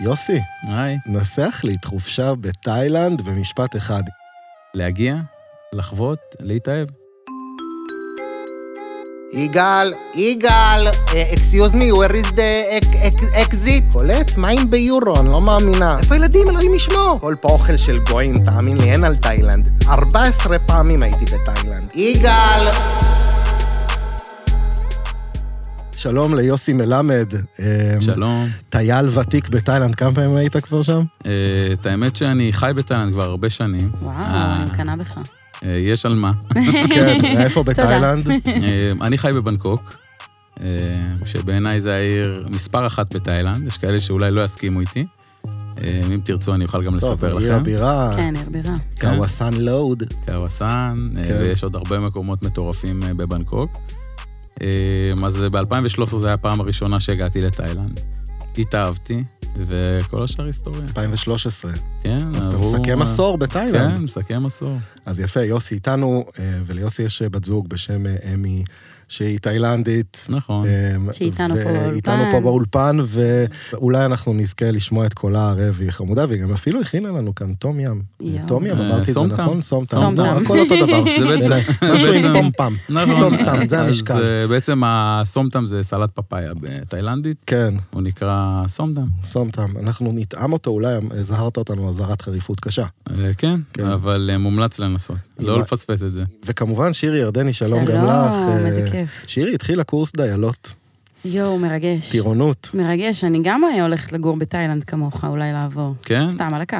יוסי, היי. נסח לי את חופשה בתאילנד במשפט אחד. להגיע, לחוות, להתאהב. יגאל, יגאל, אקסיוז מי, where is the exit? קולט, מה עם ביורון? לא מאמינה. איפה הילדים? אלוהים ישמור. כל פה אוכל של גויים, תאמין לי, אין על תאילנד. 14 פעמים הייתי בתאילנד. יגאל! שלום ליוסי מלמד. אמ, שלום. טייל ותיק בתאילנד, כמה פעמים היית כבר שם? אה, את האמת שאני חי בתאילנד כבר הרבה שנים. וואו, אה, אני מקנאה בך. אה, יש על מה. כן, איפה בתאילנד? אה, אני חי בבנקוק, אה, שבעיניי זה העיר מספר אחת בתאילנד, יש כאלה שאולי לא יסכימו איתי. אה, אם תרצו אני אוכל גם טוב, לספר עיר לכם. הבירה, כן, עיר בירה. כן. קוואסן לואוד. קרואסן, אה, כן. ויש עוד הרבה מקומות מטורפים אה, בבנקוק. אה, אז ב-2013 זו הייתה הפעם הראשונה שהגעתי לתאילנד. התאהבתי, וכל השאר היסטוריה. 2013. כן, אז אתה עברו, מסכם אה, עשור בתאילנד. כן, מסכם עשור. אז יפה, יוסי איתנו, אה, וליוסי יש בת זוג בשם אה, אמי, שהיא תאילנדית. נכון. אה, שאיתנו פה באולפן. ואיתנו פה באולפן, ואולי אנחנו נזכה לשמוע את קולה הערב והיא חמודה, והיא גם אפילו הכינה לנו כאן תום ים. יואו. תום ים, אה, אמרתי את זה סום טעם. נכון? סום סום טעם. לא, טעם. הכל אותו דבר. זה בעצם- בעיניי. זה משהו עם בעצם- נכון. טום פעם. טום טעם, זה אז המשקל. אה, בעצם הסומטם זה סלט פפאיה בתאילנדית, כן, הוא נקרא סומטם. סום טעם. אנחנו נטעם אותו, אולי הזהרת אותנו אזהרת חריפות קשה. אה, כן, כן. אבל אה, מומלץ לנסות, לא מה- לפספס את זה. וכמובן, שירי ירדני, שלום גם לך. שלום, אה, איזה כיף. שירי התחילה קורס דיילות, יואו, מרגש. טירונות. מרגש, אני גם אה, הולכת לגור בתאילנד כמוך, אולי לעבור. כן? סתם, על הקו.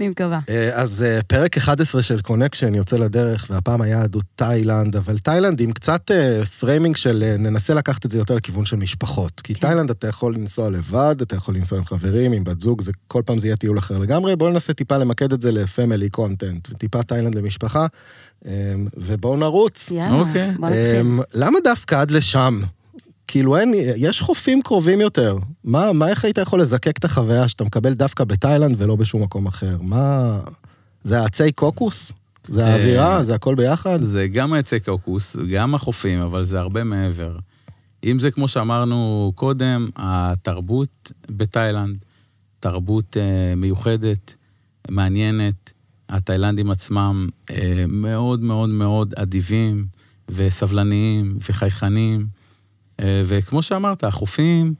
אני מקווה. אה, אז אה, פרק 11 של קונקשן יוצא לדרך, והפעם היה יהדות תאילנד, אבל תאילנד עם קצת אה, פריימינג של אה, ננסה לקחת את זה יותר לכיוון של משפחות. כי כן. תאילנד אתה יכול לנסוע לבד, אתה יכול לנסוע עם חברים, עם בת זוג, זה כל פעם זה יהיה טיול אחר לגמרי. בואו ננסה טיפה למקד את זה לפמילי קונטנט, טיפה תאילנד למשפחה, אה, ובואו נרוץ. יאללה, אוקיי. בוא נתחיל. אמ, למה דווקא עד לשם? כאילו אין, יש חופים קרובים יותר. מה, מה, איך היית יכול לזקק את החוויה שאתה מקבל דווקא בתאילנד ולא בשום מקום אחר? מה... זה עצי קוקוס? זה אה, האווירה? זה הכל ביחד? זה גם העצי קאוקוס, גם החופים, אבל זה הרבה מעבר. אם זה כמו שאמרנו קודם, התרבות בתאילנד, תרבות אה, מיוחדת, מעניינת. התאילנדים עצמם אה, מאוד מאוד מאוד אדיבים וסבלניים וחייכנים. אה, וכמו שאמרת, החופים,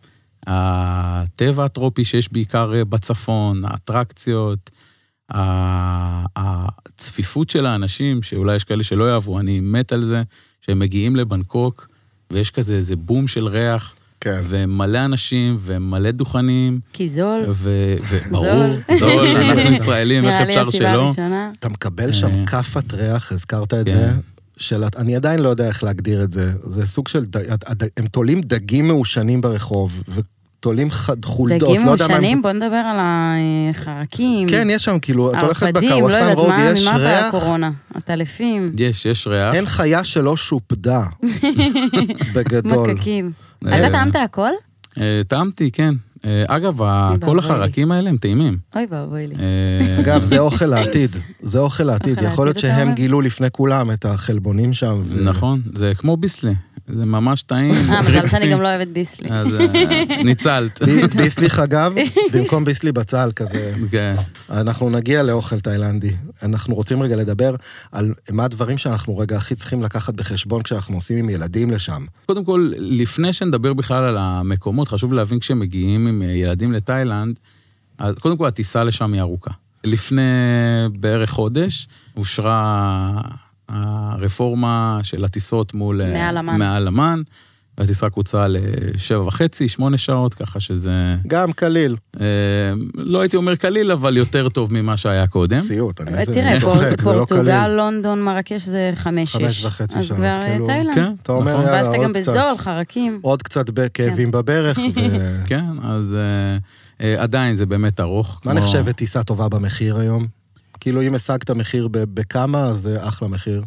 הטבע הטרופי שיש בעיקר אה, בצפון, האטרקציות, ה- הצפיפות של האנשים, שאולי יש כאלה שלא יאהבו, אני מת על זה, שהם מגיעים לבנקוק, ויש כזה איזה בום של ריח, כן. ומלא אנשים, ומלא דוכנים, כי זול, ו- וברור, זול, אנחנו ישראלים, נראה איך לי אפשר הסיבה שלא. הראשונה. אתה מקבל שם אה. כאפת ריח, הזכרת את כן. זה. של... אני עדיין לא יודע איך להגדיר את זה. זה סוג של... ד... הד- הם תולים דגים מעושנים ברחוב, ותולים ח- חולדות. דגים לא יודע מה הם- מעושנים, בוא נדבר על החרקים, כן, יש שם, כאילו, את הולכת הערפדים, לא בקוואסן יודעת רוד, מה, יש ממה באה ריח. הקורונה? הטלפים, יש, יש אה? ריח. כן. אין חיה שלא שופדה, בגדול. מקקים. אה, אתה טעמת הכל? אה, טעמתי, כן. אה, אגב, ה- אוי כל ואבוי לי. החרקים האלה הם טעימים. אוי ואבוי לי. אה, אגב, זה אוכל העתיד, זה אוכל העתיד. אוכל יכול להיות העתיד, אתה שהם אומר? גילו לפני כולם את החלבונים שם. ו- נכון, זה כמו ביסלי, זה ממש טעים. אה, מזל קריספי. שאני גם לא אוהבת ביסלי. אז אה, ניצלת. ב- ביסליך אגב, במקום ביסלי בצל כזה. כן. אנחנו נגיע לאוכל תאילנדי. אנחנו רוצים רגע לדבר על מה הדברים שאנחנו רגע הכי צריכים לקחת בחשבון כשאנחנו נוסעים עם ילדים לשם. קודם כל, לפני שנדבר בכלל על המקומות, חשוב להבין כשמגיעים עם אה, ילדים לתאילנד, אז קודם כל הטיסה לשם היא ארוכה. לפני בערך חודש אושרה הרפורמה של הטיסות מול... אה, מעל אמן. מעל אמן. והטיסה קוצרה לשבע וחצי, שמונה שעות, ככה שזה... גם קליל. אה, לא הייתי אומר קליל, אבל יותר טוב ממה שהיה קודם. סיוט, אני אבל איזה- כן. אה, תראה, אני צוחק, זה לא פורטוגל, קליל. לונדון, מרקש זה חמש-שש. חמש וחצי אז שעות, כבר אה, כאילו. כן, תאילנד. אתה אומר, נכון. יאללה, ואז אתה גם עוד בזול, כן. קצת. חרקים. עוד קצת בכאבים בברך, ו... כן, אז אה, אה, עדיין זה באמת ארוך. מה כמו- נחשבת טיסה טובה במחיר היום? כאילו, אם השגת מחיר ב- בכמה, אז זה אחלה מחיר.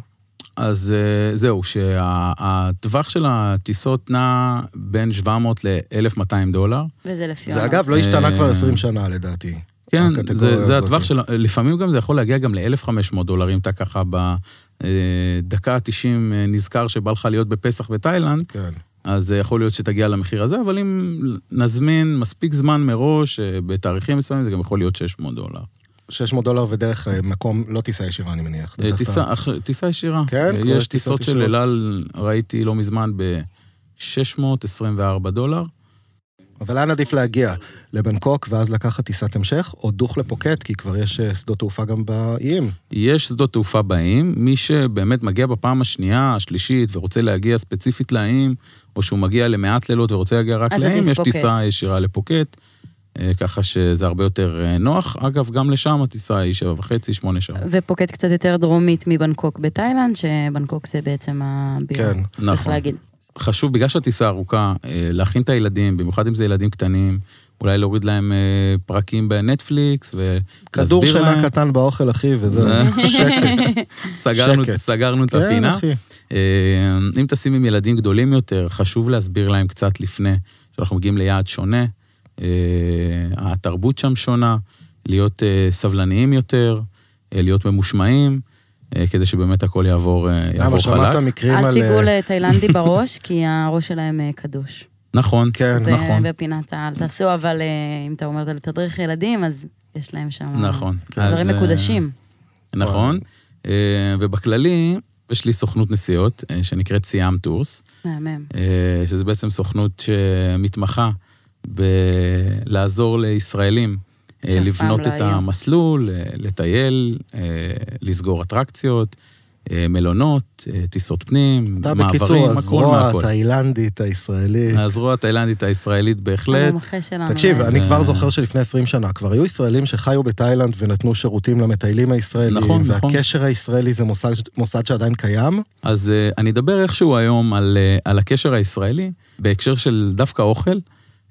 אז אה, זהו, שהטווח של הטיסות נע בין 700 ל-1,200 דולר. וזה לפי זה עונות. אגב לא השתנה אה. כבר 20 שנה, לדעתי. כן, הקטגוריה זה, זה הזאת. הטווח של... לפעמים גם זה יכול להגיע גם ל-1,500 דולר, אם אתה אה, ככה בדקה ה-90 נזכר שבא לך להיות בפסח בתאילנד, כן. אז אה, יכול להיות שתגיע למחיר הזה, אבל אם נזמין מספיק זמן מראש, אה, בתאריכים מסוימים, זה גם יכול להיות 600 דולר. 600 דולר ודרך אה, מקום, לא טיסה ישירה, אני מניח. אה, דרך טיסה, אח- טיסה ישירה. כן, אה, כבר יש יש טיסות טיסות של ישירות. אל על, ראיתי לא מזמן, ב-624 דולר. אבל לאן עדיף להגיע? לבנקוק, ואז לקחת טיסת המשך, או דוך לפוקט, כי כבר יש אה, שדות תעופה גם באיים. יש שדות תעופה באים, מי שבאמת מגיע בפעם השנייה, השלישית, ורוצה להגיע ספציפית לאיים, או שהוא מגיע למעט לילות ורוצה להגיע רק אז לאיים, עדיף יש פוקט. טיסה ישירה לפוקט, אה, ככה שזה הרבה יותר אה, נוח. אגב, גם לשם הטיסה היא שבע וחצי, שמונה שעות. לא- ופוקט קצת יותר דרומית מבנקוק בתאילנד, שבנקוק זה בעצם הבירה. כן, נכון. צריך להגיד. חשוב, בגלל שהטיסה ארוכה, אה, להכין את הילדים, במיוחד אם זה ילדים קטנים, אולי להוריד להם אה, פרקים בנטפליקס, ולהסביר להם... כדור שינה קטן באוכל, אחי, וזהו. זה- שקט. סגרנו, שקט. סגרנו את כן, הפינה. אחי. אה, אם טסים עם ילדים גדולים יותר, חשוב להסביר להם קצת לפני, שאנחנו מגיעים ליעד שונה, אה, התרבות שם שונה, להיות אה, סבלניים יותר, אה, להיות ממושמעים, אה, כדי שבאמת הכל יעבור אה, יעבור למה, שמעת חלק. מקרים אל על... תיגעו אה, לתאילנדי בראש, כי הראש שלהם אה, קדוש. נכון, כן, זה נכון, בפינת האל תעשו, אבל אה, אם אתה אומר על תדריך ילדים, אז יש להם שם... כאילו נכון. דברים אז, אה, מקודשים. נכון. אה, ובכללי, יש לי סוכנות נסיעות, אה, שנקראת סיאם טורס. מהמם. אה, שזה בעצם סוכנות שמתמחה בלעזור לישראלים אה, שאף פעם לבנות לא את היו. המסלול, אה, לטייל, אה, לסגור אטרקציות, אה, מלונות, אה, טיסות פנים, אתה מעברים, בקיצור, הכל הזרוע מהכל. התאילנדית הישראלית. הזרוע התאילנדית הישראלית בהחלט. המומחה שלנו. תקשיב, אה, אני אה. כבר זוכר שלפני 20 שנה כבר היו ישראלים שחיו בתאילנד ונתנו שירותים למטיילים הישראלים, נכון, נכון. והקשר הישראלי זה מוסד, מוסד שעדיין קיים. אז אה, אני אדבר איכשהו היום על, אה, על הקשר הישראלי, בהקשר של דווקא אוכל.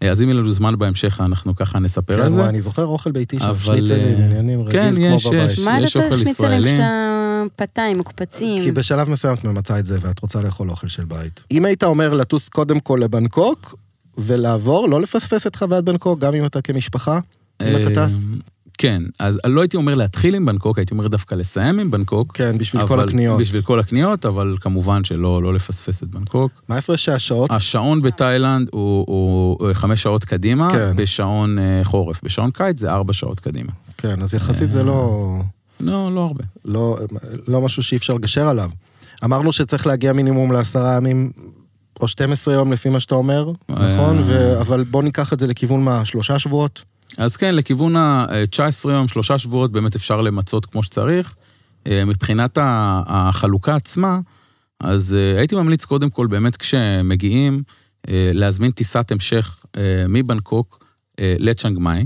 אה, אז אם יהיה לנו זמן בהמשך, אנחנו ככה נספר כן, על זה. וואי, אני זוכר אוכל ביתי שם, אבל, שניצלים, אה, עניינים כן, רגיל יש, כמו בבית. יש. מה אתה אוכל צריך שניצלים ישראלי. כשאתה פתיים, מוקפצים? כי בשלב מסוים את ממצה את זה ואת רוצה לאכול אוכל של בית. אם היית אומר לטוס קודם כל לבנקוק ולעבור, לא לפספס את חוויית בנקוק, גם אם אתה כמשפחה, אם אתה אה, טס. כן, אז לא הייתי אומר להתחיל עם בנקוק, הייתי אומר דווקא לסיים עם בנקוק. כן, בשביל כל אבל- הקניות. בשביל כל הקניות, אבל כמובן שלא לא לפספס את בנקוק. מה הפרש השעות? השעון בתאילנד הוא, הוא, הוא חמש שעות קדימה, כן. בשעון אה, חורף. בשעון קיץ זה ארבע שעות קדימה. כן, אז יחסית אה. זה לא... לא, לא הרבה. לא, לא משהו שאי אפשר לגשר עליו. אמרנו שצריך להגיע מינימום לעשרה ימים, או 12 יום לפי מה שאתה אומר, אה. נכון? ו... אבל בוא ניקח את זה לכיוון מה? שלושה שבועות? אז כן, לכיוון ה-19 יום, שלושה שבועות, באמת אפשר למצות כמו שצריך. אה, מבחינת ה- החלוקה עצמה, אז אה, הייתי ממליץ קודם כל, באמת כשמגיעים, אה, להזמין טיסת המשך אה, מבנקוק אה, לצ'אנג מאי.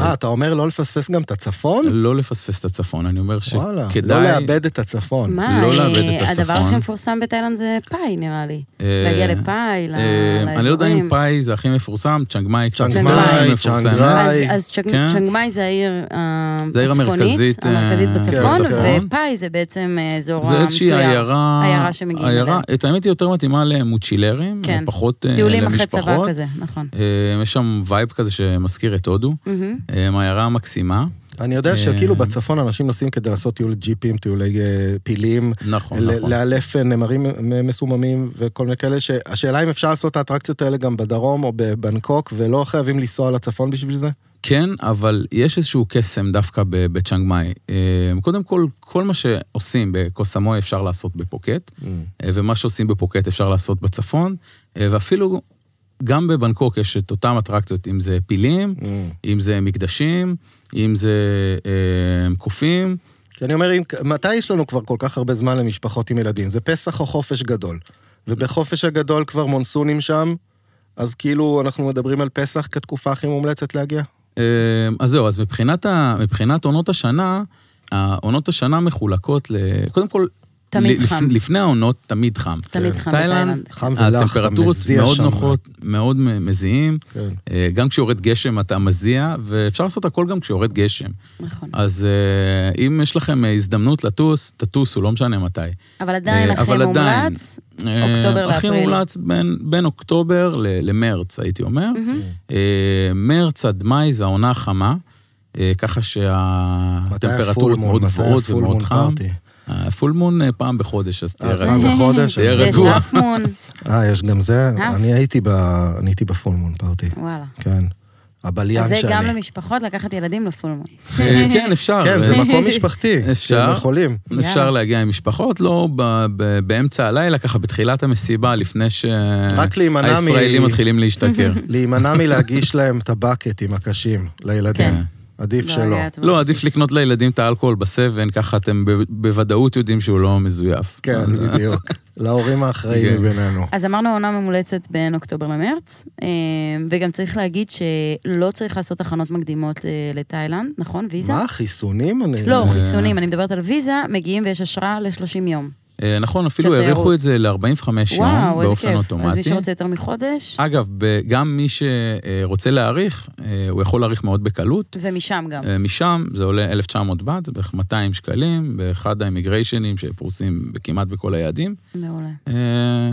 אה, אתה אומר לא לפספס גם את הצפון? לא לפספס את הצפון, אני אומר שכדאי... וואלה, לא לאבד את הצפון. מה, לא אה, לאבד את הדבר הצפון. הכי מפורסם בתאילנד זה פאי, נראה לי. אה, להגיע לפאי, ל- אה, לאזורים. אני לא יודע אם פאי זה הכי מפורסם, צ'אנג מאי קצת צ'אנג יותר מאי, מפורסמת. צ'אנג רא- אז- פאי. אז צ'אנג- כן. צ'אנג מאי זה העיר אה, זה העיר הצפונית, המרכזית, אה, המרכזית כן, בצפון, בצפון. ופאי זה בעצם אה, אזור המתויר. זה איזושהי עיירה... עיירה שמגיעים עיירה, אליה. את האמת היא יותר מתאימה למוצ'ילרים, כן. פחות אה, טיולים אחרי צבא למשפחות. כזה, נכון. אה, יש שם וייב כזה שמזכיר את הודו, מהמם. אה, עיירה מקסימה, אני יודע אה. שכאילו בצפון אנשים נוסעים כדי לעשות טיול ג'יפים, טיולי אה, פילים, נכון, ל- נכון. לאלף אה, נמרים מ- מסוממים וכל מיני כאלה, שהשאלה אם אפשר לעשות את האטרקציות האלה גם בדרום או בבנקוק, ולא חייבים לנסוע לצפון בשביל זה? כן, אבל יש איזשהו קסם דווקא ב- בצ'אנג מאי. אה, קודם כל, כל מה שעושים בקוסמוי אפשר לעשות בפוקט, אה, ומה שעושים בפוקט אפשר לעשות בצפון, אה, ואפילו גם בבנקוק יש את אותן אטרקציות, אם זה פילים, אם זה מקדשים, אם זה אה, קופים. כי אני אומר, אם- מתי יש לנו כבר כל כך הרבה זמן למשפחות עם ילדים? זה פסח או חופש גדול? ובחופש הגדול כבר מונסונים שם, אז כאילו אנחנו מדברים על פסח כתקופה הכי מומלצת להגיע? אה, אז זהו, אז מבחינת, ה, מבחינת עונות השנה, העונות השנה מחולקות ל... קודם כל, תמיד ל- חם. לפ- לפני העונות תמיד חם. תמיד חם בתאילנד. חם ולח, אתה הטמפרטורות מזיע מאוד שם. נוחות, מאוד מ- מזיעים. כן. אה, גם כשיורד גשם אתה מזיע, ואפשר לעשות הכל גם כשיורד גשם. נכון. אז אה, אם יש לכם אה, הזדמנות לטוס, תטוסו, לא משנה מתי. אבל עדיין אה, הכי אבל עדיין, מומלץ, אה, אוקטובר הכי לאפריל. מומלץ בין, בין אוקטובר ל- למרץ, הייתי אומר. אה, מרץ עד מאי זה העונה החמה, אה, ככה מתי שהטמפרטורות הפול מון? מאוד מתי גבוהות הפול ומאוד מון חם. פארטי? הפול מון אה, פעם בחודש, אז תהיה אז רגוע. פעם אה, בחודש. תהיה אני- אה, יש רגוע. אפמון, אה, יש גם זה? אה? אני הייתי ב... אני הייתי בפולמון פארטי, וואלה. כן. הבליין אז שאני. זה גם למשפחות, לקחת ילדים לפולמון. אה, כן, אפשר. כן, זה אה, מקום משפחתי. אפשר? שהם יכולים. אפשר יאללה. להגיע עם משפחות, לא ב- ב- באמצע הלילה, ככה בתחילת המסיבה, לפני רק להימנע מ- שהישראלים מתחילים להשתכר. להימנע מלהגיש להם את הבקטים הקשים לילדים. כן. עדיף לא שלא. לגעת לא, בו. עדיף לקנות לילדים את האלכוהול בסבן, ככה אתם ב- בוודאות יודעים שהוא לא מזויף. כן, אז- בדיוק. להורים האחראים כן. מבינינו. אז אמרנו עונה ממולצת בין אוקטובר למרץ, אה, וגם צריך להגיד שלא צריך לעשות הכנות מקדימות אה, לתאילנד, נכון? ויזה? מה, חיסונים? אני- לא, חיסונים, אני מדברת על ויזה, מגיעים ויש אשרה ל-30 יום. אה, נכון, אפילו של האריכו תיירות. את זה ל-45 יום, וואו, איזה באופן כיף. אז מי אוטומטי. אה. שרוצה יותר מחודש, אגב, ב- גם מי שרוצה להאריך, אה, הוא יכול להאריך מאוד בקלות. ומשם גם. אה, משם זה עולה 1,900 בת, זה בערך 200 שקלים, באחד האימיגריישנים שפרוסים כמעט בכל היעדים. מעולה. אה,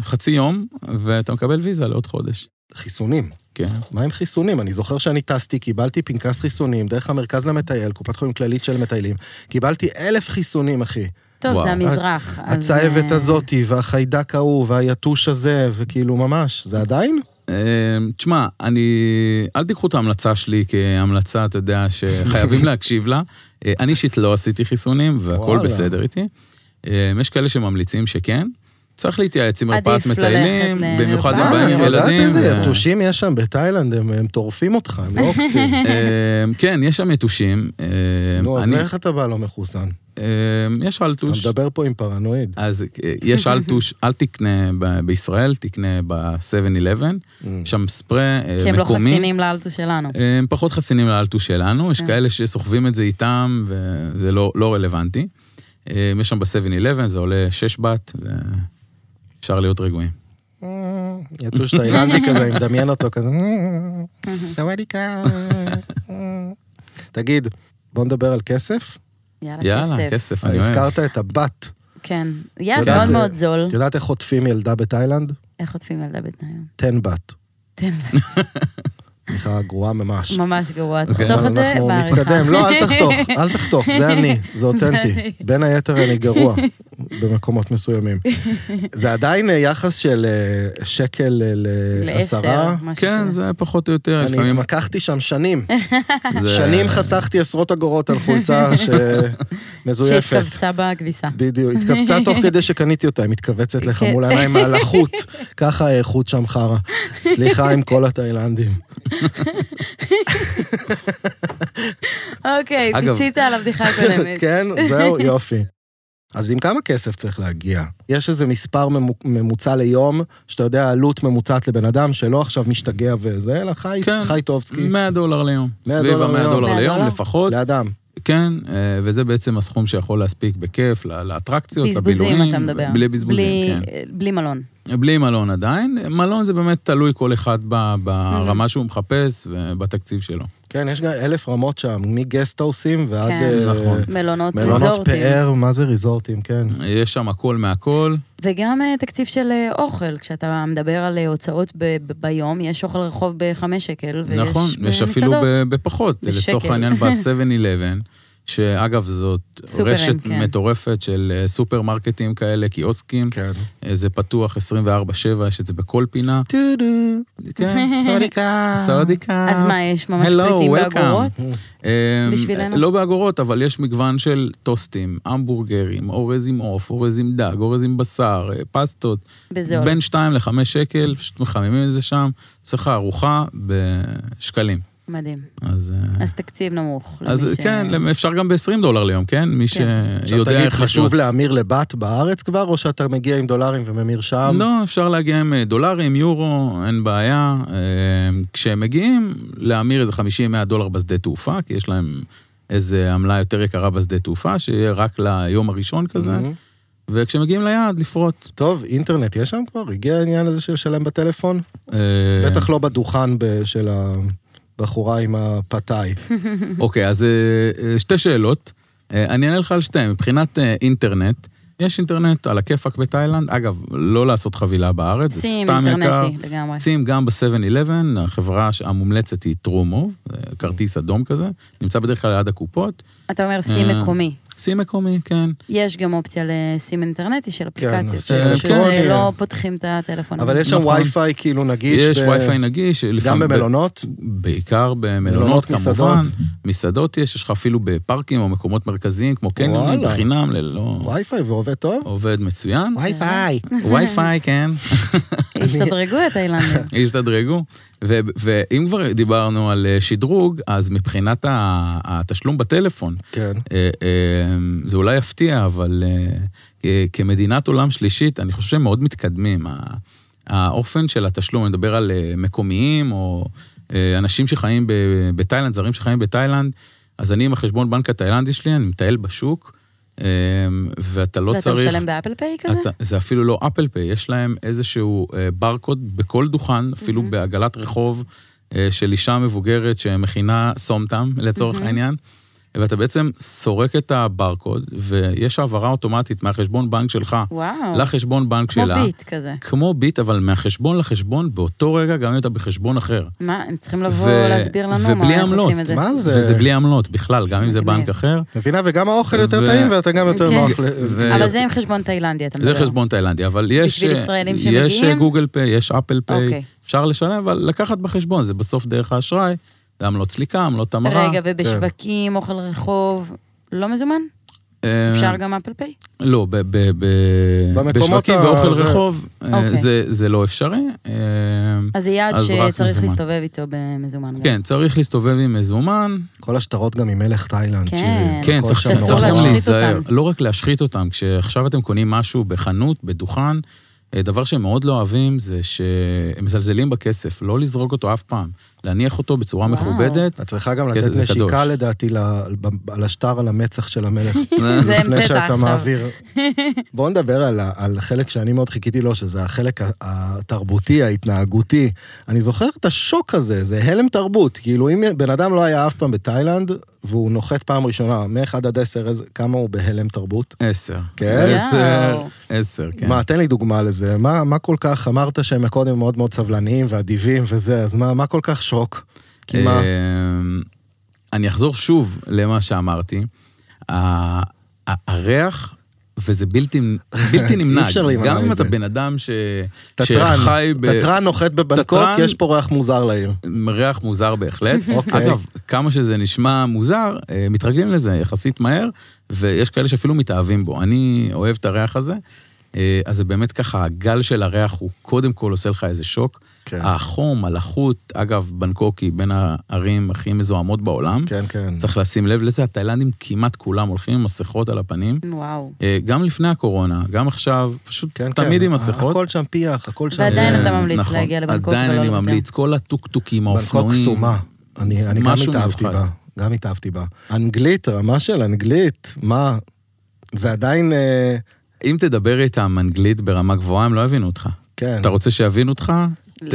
חצי יום, ואתה מקבל ויזה לעוד חודש. חיסונים. כן. מה עם חיסונים? אני זוכר שאני טסתי, קיבלתי פנקס חיסונים דרך המרכז למטייל, קופת חולים כללית של מטיילים. קיבלתי אלף חיסונים, אחי. טוב, וואו. זה המזרח. אז, הצהבת אה, הזאתי, והחיידק ההוא, והיתוש הזה, וכאילו ממש, זה עדיין? אה, תשמע, אני... אל תיקחו את ההמלצה שלי כהמלצה, אתה יודע, שחייבים להקשיב לה. אה, אני אישית לא עשיתי חיסונים, והכול וואלה. בסדר איתי. אה, יש כאלה שממליצים שכן. צריך להתייעץ עם עדיף מרפאת ללכת מטיילים, ל- במיוחד אם אה, באים את עם יודעת ילדים. איזה אה, יתושים יש שם בתאילנד, הם הם טורפים אותך, הם לא עוקצים. אה, כן, יש שם יתושים. אה, נו, אז אני- איך אתה בא לא מחוסן? אה, יש אתה אלטוש. מדבר פה עם פרנואיד. אז אה, יש אלטוש, אל תקנה ב- בישראל, תקנה ב-7-11, Mm. שם ספרי אה, מקומי. אה, כי הם לא חסינים לאלטו שלנו. הם פחות חסינים לאלטו שלנו, אה. יש כאלה שסוחבים את זה איתם, וזה לא, לא רלוונטי. אה, יש שם ב-7-11, זה עולה 6 בת, זה- אפשר להיות רגועים. יתוש תאילנדי כזה, אני מדמיין אותו כזה. סוואדיקה. תגיד, בוא נדבר על כסף. יאללה, יאללה, כסף. כסף, אני אוהב. הזכרת את הבת. כן. את יד יודעת, מאוד אה, מאוד זול. את יודעת איך חוטפים ילדה בתאילנד? איך חוטפים ילדה בתנאים? תן בת. תן לה. סליחה, גרועה ממש. ממש גרוע. אוקיי. אבל תחתוך את זה אנחנו בעריכה. נתקדם, לא, אל תחתוך, אל תחתוך, זה אני, זה אותנטי. בין היתר אני גרוע במקומות מסוימים. זה עדיין אה, יחס של אה, שקל אה, לעשרה. לעשר, משהו כן, כזה. זה פחות או יותר, אני לפעמים... התמקחתי שם שנים. זה- שנים חסכתי עשרות אגורות על חולצה שמזויפת. שהתכווצה בכביסה. בדיוק, התכווצה תוך כדי שקניתי אותה, היא מתכווצת לך כן. מול העיניים על החוט. ככה האיכות שם חרא. סליחה עם כל התאילנדים. אוקיי, אגב- פיצית על הבדיחה הקודמת. כן, זהו, יופי. אז עם כמה כסף צריך להגיע? יש איזה מספר ממו- ממוצע ליום, שאתה יודע, עלות ממוצעת לבן אדם שלא עכשיו משתגע וזה, אלא חי, כן. חי טובסקי, 100 דולר ליום. 100 סביב דולר ה-100 ליום. דולר 100 ליום דולר? לפחות. לאדם. כן, אה, וזה בעצם הסכום שיכול להספיק בכיף ל- לאטרקציות, לבילויים. בזבוזים אתה מדבר. בלי בזבוזים, בלי- בלי מלון. כן. בלי מלון עדיין. מלון זה באמת תלוי כל אחד ב- אה. ברמה שהוא מחפש ובתקציב שלו. כן, יש גם אלף רמות שם, מגסטהאוסים ועד... כן. אה, נכון. מלונות, מלונות ריזורטים. פאר, מה זה ריזורטים, כן. יש שם הכל מהכל. וגם אה, תקציב של אה, אוכל, כשאתה מדבר על אה, הוצאות ב- ב- ביום, יש אוכל רחוב בחמש שקל, ויש נכון, אה, יש אפילו מסעדות. ב- בפחות. בשקל. לצורך העניין ב-7-11, שאגב, זאת סופרים, רשת כן. מטורפת של אה, סופרמרקטים כאלה, קיוסקים. כן. אה, זה פתוח 24/7, יש את זה בכל פינה. טו-דו, כן, סוריקה. סעודיקה. אז מה, יש ממש Hello, פריטים welcome. באגורות? אמ, בשבילנו? לא באגורות, אבל יש מגוון של טוסטים, המבורגרים, אורז עם עוף, אורז עם דג, אורז עם בשר, אה, פסטות. בזול. בין 2 ל-5 שקל, פשוט מחממים את זה שם, עושה לך ארוחה בשקלים. מדהים. אז... אה, אז תקציב נמוך. למי אז לא ש- כן, למ- אפשר גם ב-20 דולר ליום, כן? מי עכשיו שיודע תגיד, איך חשוב לחשוב. להמיר לבת בארץ כבר, או שאתה מגיע עם דולרים וממיר שם? לא, אפשר להגיע עם אה, דולרים, יורו, אין בעיה. אה, כשהם מגיעים, להמיר איזה 50-100 דולר בשדה תעופה, כי יש להם איזה עמלה יותר יקרה בשדה תעופה, שיהיה רק ליום הראשון כזה. מהמם. וכשמגיעים ליעד, לפרוט. Mm-hmm. טוב, אינטרנט יש שם כבר? הגיע העניין הזה של לשלם בטלפון? אה, בטח לא בדוכן ב- של הבחורה עם הפתאי. אוקיי, אז אה, אה, שתי שאלות. אה, אני אענה לך על שתיהן. מבחינת אה, אינטרנט, יש אינטרנט על הכיפאק בתאילנד. אגב, לא לעשות חבילה בארץ, זה סים, סתם יקר. אינטרנטי, לגמרי. שים גם ב-7-11, החברה המומלצת אה, היא טרומוב, כרטיס אדום כזה, נמצא בדרך כלל ליד הקופות. אתה אומר סים אה, מקומי. שיא מקומי, כן. יש גם אופציה לסים אינטרנטי של אפליקציות, אז שפשוט אלקטרוני. לא פותחים את הטלפון. אבל יש שם נכון. וי-פיי כאילו נגיש. יש ב- וי-פיי נגיש. גם לפעמים- במלונות? בעיקר במלונות, מלונות, כמובן. מסעדות? מסעדות יש, יש לך אפילו בפארקים או מקומות מרכזיים, כמו קניונים, וואלה. בחינם, ללא... וי-פיי ועובד טוב? עובד מצוין. וי-פיי. וי-פיי, כן. השתדרגו את האילנדים. השתדרגו. ו- ואם כבר דיברנו על אה, שדרוג, אז מבחינת ה- התשלום בטלפון, כן. אה, אה, זה אולי יפתיע, אבל אה, כ- כמדינת עולם שלישית, אני חושב שהם מאוד מתקדמים. ה- האופן של התשלום, אני מדבר על אה, מקומיים, או אה, אנשים שחיים ב- בתאילנד, זרים שחיים בתאילנד, אז אני עם החשבון בנק התאילנדי שלי, אני מטייל בשוק, אה, ואתה לא ואתה צריך... משלם באפל פיי כזה? אתה, זה אפילו לא אפל פיי, יש להם איזשהו אה, ברקוד בכל דוכן, אפילו mm-hmm. בעגלת רחוב אה, של אישה מבוגרת שמכינה סומטם, לצורך mm-hmm. העניין, ואתה בעצם סורק את הברקוד, ויש העברה אוטומטית מהחשבון בנק שלך וואו. לחשבון בנק כמו שלה. ביט כזה. כמו ביט, אבל מהחשבון לחשבון, באותו רגע גם אם אתה בחשבון אחר. מה, הם צריכים לבוא ו- להסביר לנו ובלי מה, איך עמלות. עושים את זה. מה זה? וזה בלי עמלות בכלל, גם אם זה מגניב. בנק אחר. מבינה? וגם האוכל יותר ו- טעים ואתה גם יותר כן. נוח. ל- ו- אבל זה עם חשבון תאילנדי, אתה מדבר. זה חשבון תאילנדי, אבל יש... אה, בשביל ישראלים יש שמגיעים? גוגל פיי, יש אפל פיי, אוקיי. אפשר לשלם, אבל לקחת בחשבון, זה בסוף דרך האשראי, לא זה עמלות סליקה, עמלות המרה. כן. רגע, ובשווקים, אוכל רחוב, לא מזומן? אה, אפשר גם אפל פיי? לא, ב- ב- ב- במקומות בשווקים ה- ואוכל זה- רחוב, אה, אוקיי. זה- זה לא אפשרי. אה, אז זה יעד אז רק שצריך מזומן. להסתובב איתו במזומן. גם. כן, צריך להסתובב עם מזומן. כל השטרות גם עם מלך תאילנד. כן. שירי. כן, הכל צריך שם שם שאסור נורא נורא נורא. להשחית להיזהר. אותם. לא רק להשחית אותם, כשעכשיו אתם קונים משהו בחנות, בדוכן, אה, דבר שהם מאוד לא אוהבים זה שהם מזלזלים בכסף, לא לזרוק אותו אף פעם, להניח אותו בצורה וואו. מכובדת. את צריכה גם כסף לתת זה נשיקה קדוש. לדעתי ל- ב- על השטר על המצח של המלך. זה לפני המצאת שאתה עכשיו. מעביר. בואו נדבר על, ה- על חלק שאני מאוד חיכיתי לו, שזה החלק ה- התרבותי, ההתנהגותי. אני זוכר את השוק הזה, זה הלם תרבות. כאילו, אם בן אדם לא היה אף פעם בתאילנד, והוא נוחת פעם ראשונה, מ-1 עד 10, איזה- כמה הוא בהלם תרבות? עשר. כן? עשר, יואו. עשר, כן. מה, תן לי דוגמה לזה. מה, מה כל כך, אמרת שהם מקודם מאוד מאוד סבלניים ואדיבים וזה, אז מה, מה כל כך שוק? אה, כי מה, אמ, אני אחזור שוב למה שאמרתי. ה- ה- הריח, וזה בלתי בלתי נמנע. אי אפשר להימנע גם אם מזה. אתה בן אדם ש- תתרן, שחי ב... תתרן נוחת בבנקוק, תתרן- יש פה ריח מוזר לעיר. ריח מוזר בהחלט. אוקיי. אגב, כמה שזה נשמע מוזר, אה, מתרגלים לזה יחסית מהר, ויש כאלה שאפילו מתאהבים בו. אני אוהב את הריח הזה, אה, אז זה באמת ככה, הגל של הריח הוא קודם כל עושה לך איזה שוק. כן. החום, הלחות, אגב, בנקוק היא בין הערים הכי מזוהמות בעולם. כן, כן. אמ? צריך לשים לב לזה, התאילנדים כמעט כולם הולכים עם מסכות על הפנים. וואו. אה, גם לפני הקורונה, גם עכשיו, פשוט כן, תמיד כן. עם מסכות. הכל שם פיח, הכל שם... ועדיין אה, אתה ממליץ נכון. להגיע לבנקוק עדיין ולא אני לבת ים. ממליץ, כל הטוקטוקים, האופנועים. בנקוק קסומה. אני, אני גם משהו התאהבתי מיוחד. בה, גם התאהבתי בה. אנגלית, רמה של אנגלית, מה? זה עדיין, אה, אם תדבר איתם אנגלית ברמה גבוהה, הם לא יבינו אותך. כן. אתה רוצה שיבינו אותך? ת-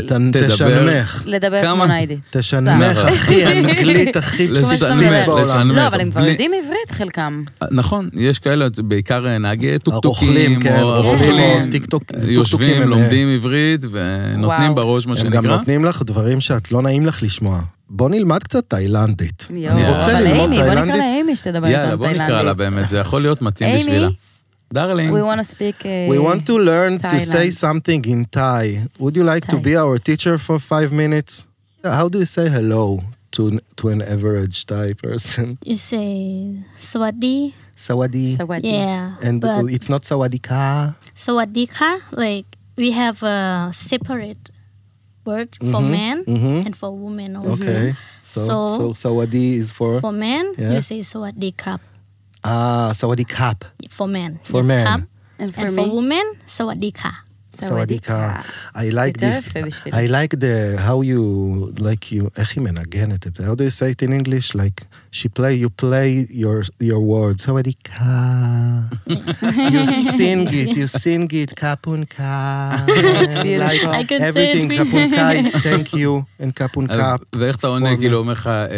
תשנמך. לדבר כמה- כמו ניידי. תשנמך, סתם. אחי, אנגלית הכי לשנמך, בסיסית בעולם. לשנמך. לא, אבל הם כבר בלי- יודעים עברית חלקם. נכון, יש כאלה, בעיקר אה, נהגי טוקטוקים, הרוכלים, כן, או רוכלים, הרוכלים, טיקטוק- טוקטוקים יושבים, הם, אה, לומדים עברית ונותנים וואו. בראש, מה הם גם שנקרא. נותנים לך דברים שאת לא נעים לך לשמוע. בוא נלמד קצת תאילנדית. יואו, אני רוצה אבל ללמוד אימי, בוא נקרא תאילנדית. לאימי שתדבר יאללה, איתם בוא נקרא לה תאילנדית. באמת, זה יכול להיות מתאים אימי? בשבילה. We דרלינג, want to speak... אה, We want to learn to Eh, Thailand. say something in Thai. Would you like to Thai. be our teacher for five minutes? How do you say hello to to an average Thai person? You say sawadi, Sawadi. סוואדי. yeah. And but it's not sawadika. sawadika, like we have a separate word for man mhm. and for woman also. Okay. So, so So- sawadi is for For man, Yeah. you say sawadi cup. ah sawadi cap. For man, For yeah, man. cup. And for And for me, women, sawadika. סוואדיקה. אה, I like יותר this. יפה בשבילי. I like the how you like you איך היא מנגנת את זה? How do you say it in English? Like she play you play your your words. סוואדיקה. You sing it. You sing it. קפונקה. beautiful. I can say everything it. קפונקה. It's thank you and קפונקה. אז- ואיך אתה עונה, פורמל. כאילו, אומר לך, אה,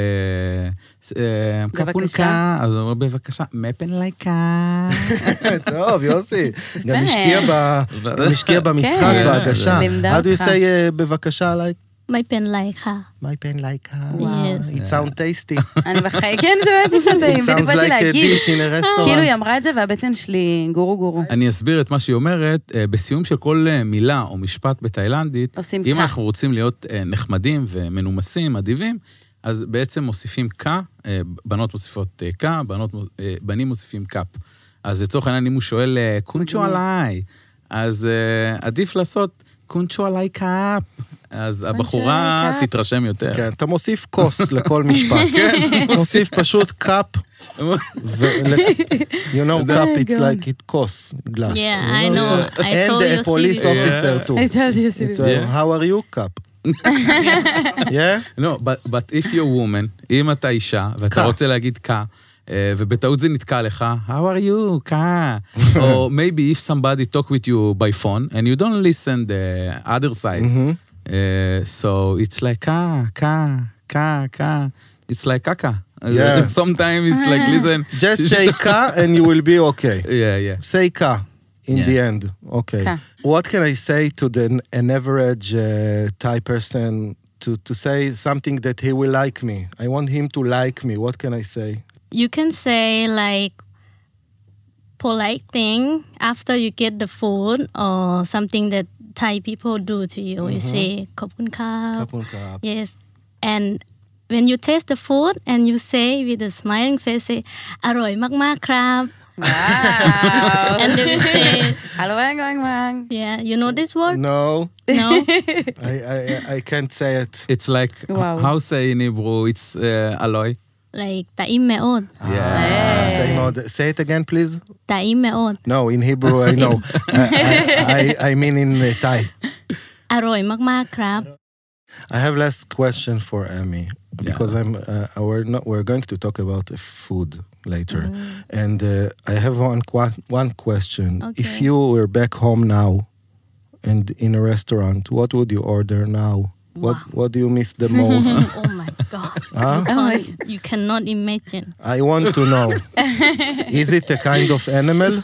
אה, בבקשה. קפונקה, אז הוא אומר, בבקשה, מפן לייקה. טוב יוסי. גם יפה. השקיע ב- גם השקיע במשחק כן, בהגשה. לימדה How do you אותך. say אה, בבקשה like ไม่เป็นไรค่ะ My pain like a... וואו. It sound tasty. אני בחיים, כן, זה באמת נשמע It טעים, בדיוק sounds like a באתי להגיד. dish in a restaurant. כאילו היא אמרה את זה והבטן שלי גורו גורו. אני אסביר את מה שהיא אומרת. אה, בסיום של כל אה, מילה או משפט בתאילנדית, עושים אם קה. אנחנו רוצים להיות אה, נחמדים ומנומסים, אדיבים, אז בעצם מוסיפים קה, אה, בנות מוסיפות אה, קה, בנות, מו- אה, בנים מוסיפים קאפ. אז לצורך העניין, אם הוא שואל אה, קונצ'ו עליי, אז אה, עדיף לעשות קונצ'ו עליי קאפ. אז הבחורה עליי קאפ. תתרשם יותר. כן, אתה מוסיף כוס לכל משפט. כן. מוסיף פשוט קאפ. ו- ל- You know, cup, it's like it כוס, גלאס. Oh Yeah, I know. I told And you, a police Sibi. officer too. I told you, It's סיבי. a, how are you cup? yeah? לא, but, but if you're woman, אם אתה אישה, ואתה קה. רוצה להגיד קה, אה, ובטעות זה נתקע לך, How are you, קה? או maybe if somebody talk with you by phone, and you don't listen the other side. Mm-hmm. אה, so it's like קה, קה, קה, קה. It's like קקה. Yeah. Sometimes it's like listen. Just say ka and you will be okay. Yeah, yeah. Say ka in Yeah. the end. Okay. Ka. What can I say to the, an average uh, Thai person to, to say something that he will like me? I want him to like me. What can I say? You can say like polite thing after you get the food or something that Thai people do to you. You say "Khopun ka." Kapun ka. Yes, and when you taste the food and you say with a smiling face, say "Aroi mak mak krab," וואו. and then you say, הלו וואנג וואנג וואנג. "Yeah, you know this word? No, No, I, I, I- I can't say it. It's like, וואו. how say in Hebrew, it's uh, alloy. like ta'im meod, Ah. Yeah. I know the- Say it again, please. ta'im meod, No, in Hebrew, I know. I, I, I mean in uh, Thai. aroi mak mak krab." I have last question for Emmy because I'm uh, we're not we're going to talk about uh, food later, Mm-hmm. and uh, I have one qua- one question. If Okay. you were back home now, and in a restaurant, what would you order now? What What do you miss the most? Oh my god! Huh? You, can't- you cannot imagine. I want to know. Is it a kind of animal?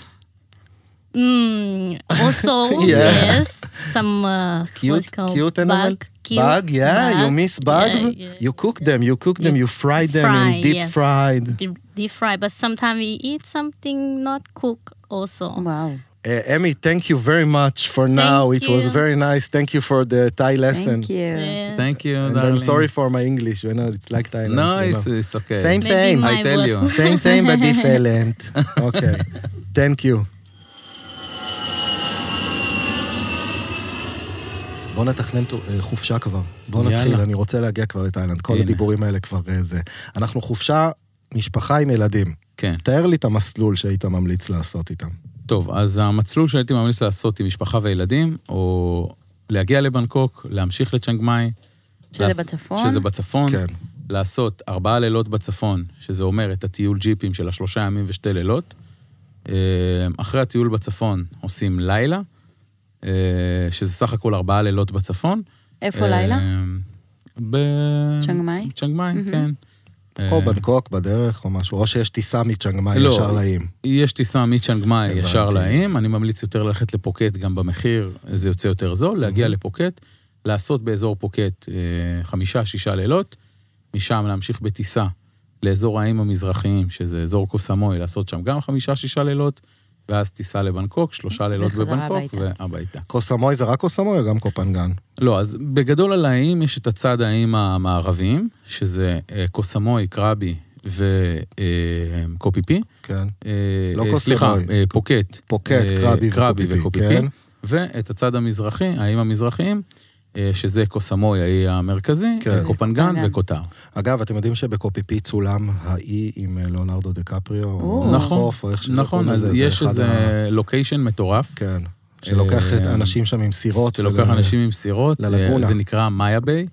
Mm, also, Yeah. yes, some uh, what's Cute, it called? cute animal. Bug, cute Bug, yeah. You bug. miss bugs. Yeah, yeah. You cook them. You cook them. You You fry them fry, in deep yes. fried. Deep, deep fry, but sometimes we eat something not cooked. Also, וואו. Uh, Emmy, thank you very much for now. It was you. very nice. Thank you for the Thai lesson. Thank you. Yeah. Thank you, And I'm darling. sorry for my English. You know, it's like Thailand. No, you it's, know. it's okay. Same, Maybe same. my I tell you. was- same, same, but different. Okay. thank you. בוא נתכנן תו- אה, חופשה כבר. בוא יאללה. נתחיל, אני רוצה להגיע כבר לתאילנד. כל הנה. הדיבורים האלה כבר אה, זה. אנחנו חופשה, משפחה עם ילדים. כן. תאר לי את המסלול שהיית ממליץ לעשות איתם. טוב, אז המסלול שהייתי ממליץ לעשות עם משפחה וילדים, או להגיע לבנקוק, להמשיך לצ'נג מאי. שזה בצפון? שזה בצפון. כן. כן. לעשות ארבעה לילות בצפון, שזה אומר את הטיול ג'יפים של השלושה ימים ושתי לילות. אה, אחרי הטיול בצפון עושים לילה, אה, שזה סך הכל ארבעה לילות בצפון. איפה לילה? אה, ב... צ'אנג מאי? צ'נג מאי, כן. או אה, בנקוק בדרך או משהו, או שיש טיסה מצ'אנג מאי לא. ישר לאיים. יש טיסה מצ'אנג מאי הבנתי. ישר לאים, אני ממליץ יותר ללכת לפוקט גם במחיר, זה יוצא יותר זול, להגיע לפוקט, לעשות באזור פוקט אה, חמישה, שישה לילות, משם להמשיך בטיסה לאזור האיים המזרחיים, שזה אזור קוסמוי, לעשות שם גם חמישה, שישה לילות, ואז טיסה לבנקוק, שלושה לילות וחזרה בבנקוק, הביתה. והביתה. קוסמוי זה רק קוסמוי או גם קופנגן? לא, אז בגדול על האיים יש את הצד האיים המערביים, שזה אה, קוסמוי, קרבי וקופיפי. כן. אה, לא אה, קוסמוי. סליחה, אה, פוקט. פוקט, אה, קרבי וקופיפי, כן. ואת הצד המזרחי, האיים המזרחיים, אה, שזה קוסמוי, האי המרכזי, כן. אה, קופנגן קופנגן. וקוטר. אגב, אתם יודעים שבקופיפי צולם האי עם אה, ליאונרדו דקפריו, או נכון, החוף, או איך שקוראים נכון, לזה, אז זה יש אחד איזה ה- לוקיישן מטורף, כן. שלוקח את אה, אנשים שם עם סירות. שלוקח ול- אנשים עם סירות, אה, ללגונה. זה נקרא מאיה ביי.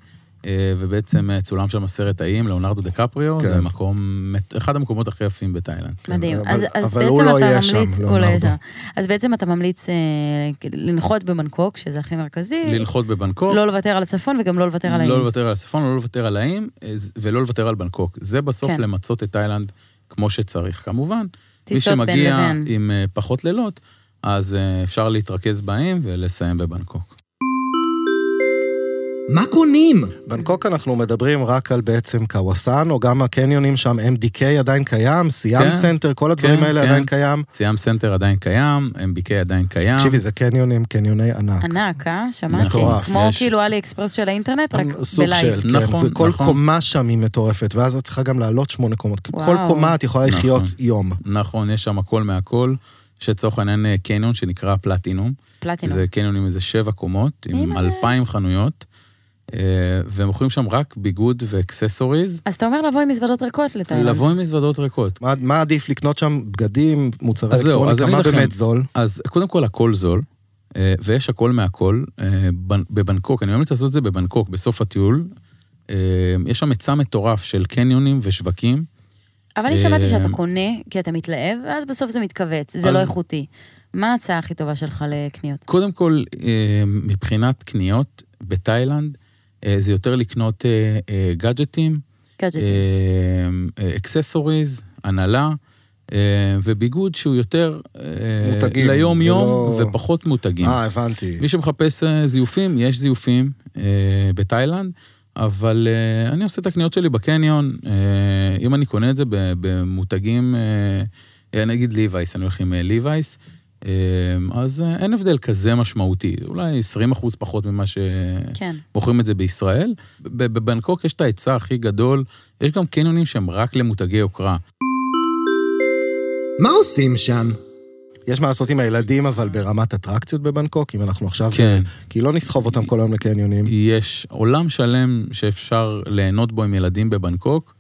אה, ובעצם אה, צולם שם סרט האיים, ליאונרדו דקפריו, כן. זה מקום, אחד המקומות הכי יפים בתאילנד. מדהים. אבל- אז אז אבל הוא בעצם לא יהיה אתה שם, ממליץ... הוא לא ליאונרדו. יהיה שם. אז בעצם אתה ממליץ אה, לנחות במנקוק, שזה הכי מרכזי, לנחות בבנקוק. אה, לא לוותר על הצפון וגם לא לוותר על האיים. לא לוותר על הצפון, לא לוותר על האיים, אה, ז- ולא לוותר על בנקוק. זה בסוף כן. למצות את תאילנד כמו שצריך, כמובן. מי טיסות בין שמגיע לבין. עם אה, פחות לילות, אז אה, אפשר להתרכז בהם ולסיים בבנקוק. מה קונים? בנקוק אנחנו מדברים רק על בעצם קוואסן, או גם הקניונים שם, MDK עדיין קיים, סיאם כן, סנטר, כל הדברים כן, האלה כן. עדיין קיים. סיאם סנטר עדיין קיים, MBK עדיין קיים. תקשיבי, זה קניונים, קניוני ענק. ענק, אה? שמעתי. מטורף, כמו יש- כאילו אלי אקספרס של האינטרנט, רק סוג בלייב. של, כן, נכון, וכל נכון. קומה שם היא מטורפת, ואז את צריכה גם לעלות שמונה קומות. כי כל וואו. קומה את יכולה לחיות נכון. יום. נכון, יש שם הכל מהכל. יש לצורך העניין אה, קניון שנקרא פלטינום. פלטינום. זה קניון עם איזה שבע קומות, עם אלפיים חנויות, אה, והם מוכרים שם רק ביגוד ואקססוריז. אז אתה אומר לבוא עם מזוודות ריקות לתאילנד. לבוא עם מזוודות ריקות. מה- מה עדיף לקנות שם? בגדים, מוצרי אז זהו, אז אלקטרוניקה, אני מה אגיד לכם. באמת זול? אז קודם כל, הכל זול, אה, ויש הכל מהכל. אה, בנ- בבנקוק, אני ממליץ לעשות את זה בבנקוק, בסוף הטיול. אה, יש שם היצע מטורף של קניונים ושווקים. אבל אני שמעתי אה, שאתה קונה, כי אתה מתלהב, ואז בסוף זה מתכווץ, זה אז- לא איכותי. מה ההצעה הכי טובה שלך לקניות? קודם כל, אה, מבחינת קניות בתאילנד, אה, זה יותר לקנות אה, אה, גאדג'טים, גאדג'טים. אה, אה, אקססוריז, הנהלה, אה, וביגוד שהוא יותר... אה, מותגים, ליום-יום ולא- ופחות מותגים. אה, הבנתי. מי שמחפש אה, זיופים, יש זיופים אה, בתאילנד, אבל אה, אני עושה את הקניות שלי בקניון, אה, אם אני קונה את זה ב- במותגים, אה, נגיד ליווייס, אני הולך עם אה, ליווייס, אה, אז אה, אין הבדל כזה משמעותי, אולי 20 אחוז פחות ממה כן. שמוכרים את זה בישראל. ב- בבנקוק יש את ההיצע הכי גדול, יש גם קניונים שהם רק למותגי יוקרה. מה עושים שם? יש מה לעשות עם הילדים, אבל ברמת אטרקציות בבנקוק, אם אנחנו עכשיו... כן. כי לא נסחוב אותם כל היום לקניונים. יש עולם שלם שאפשר ליהנות בו עם ילדים בבנקוק,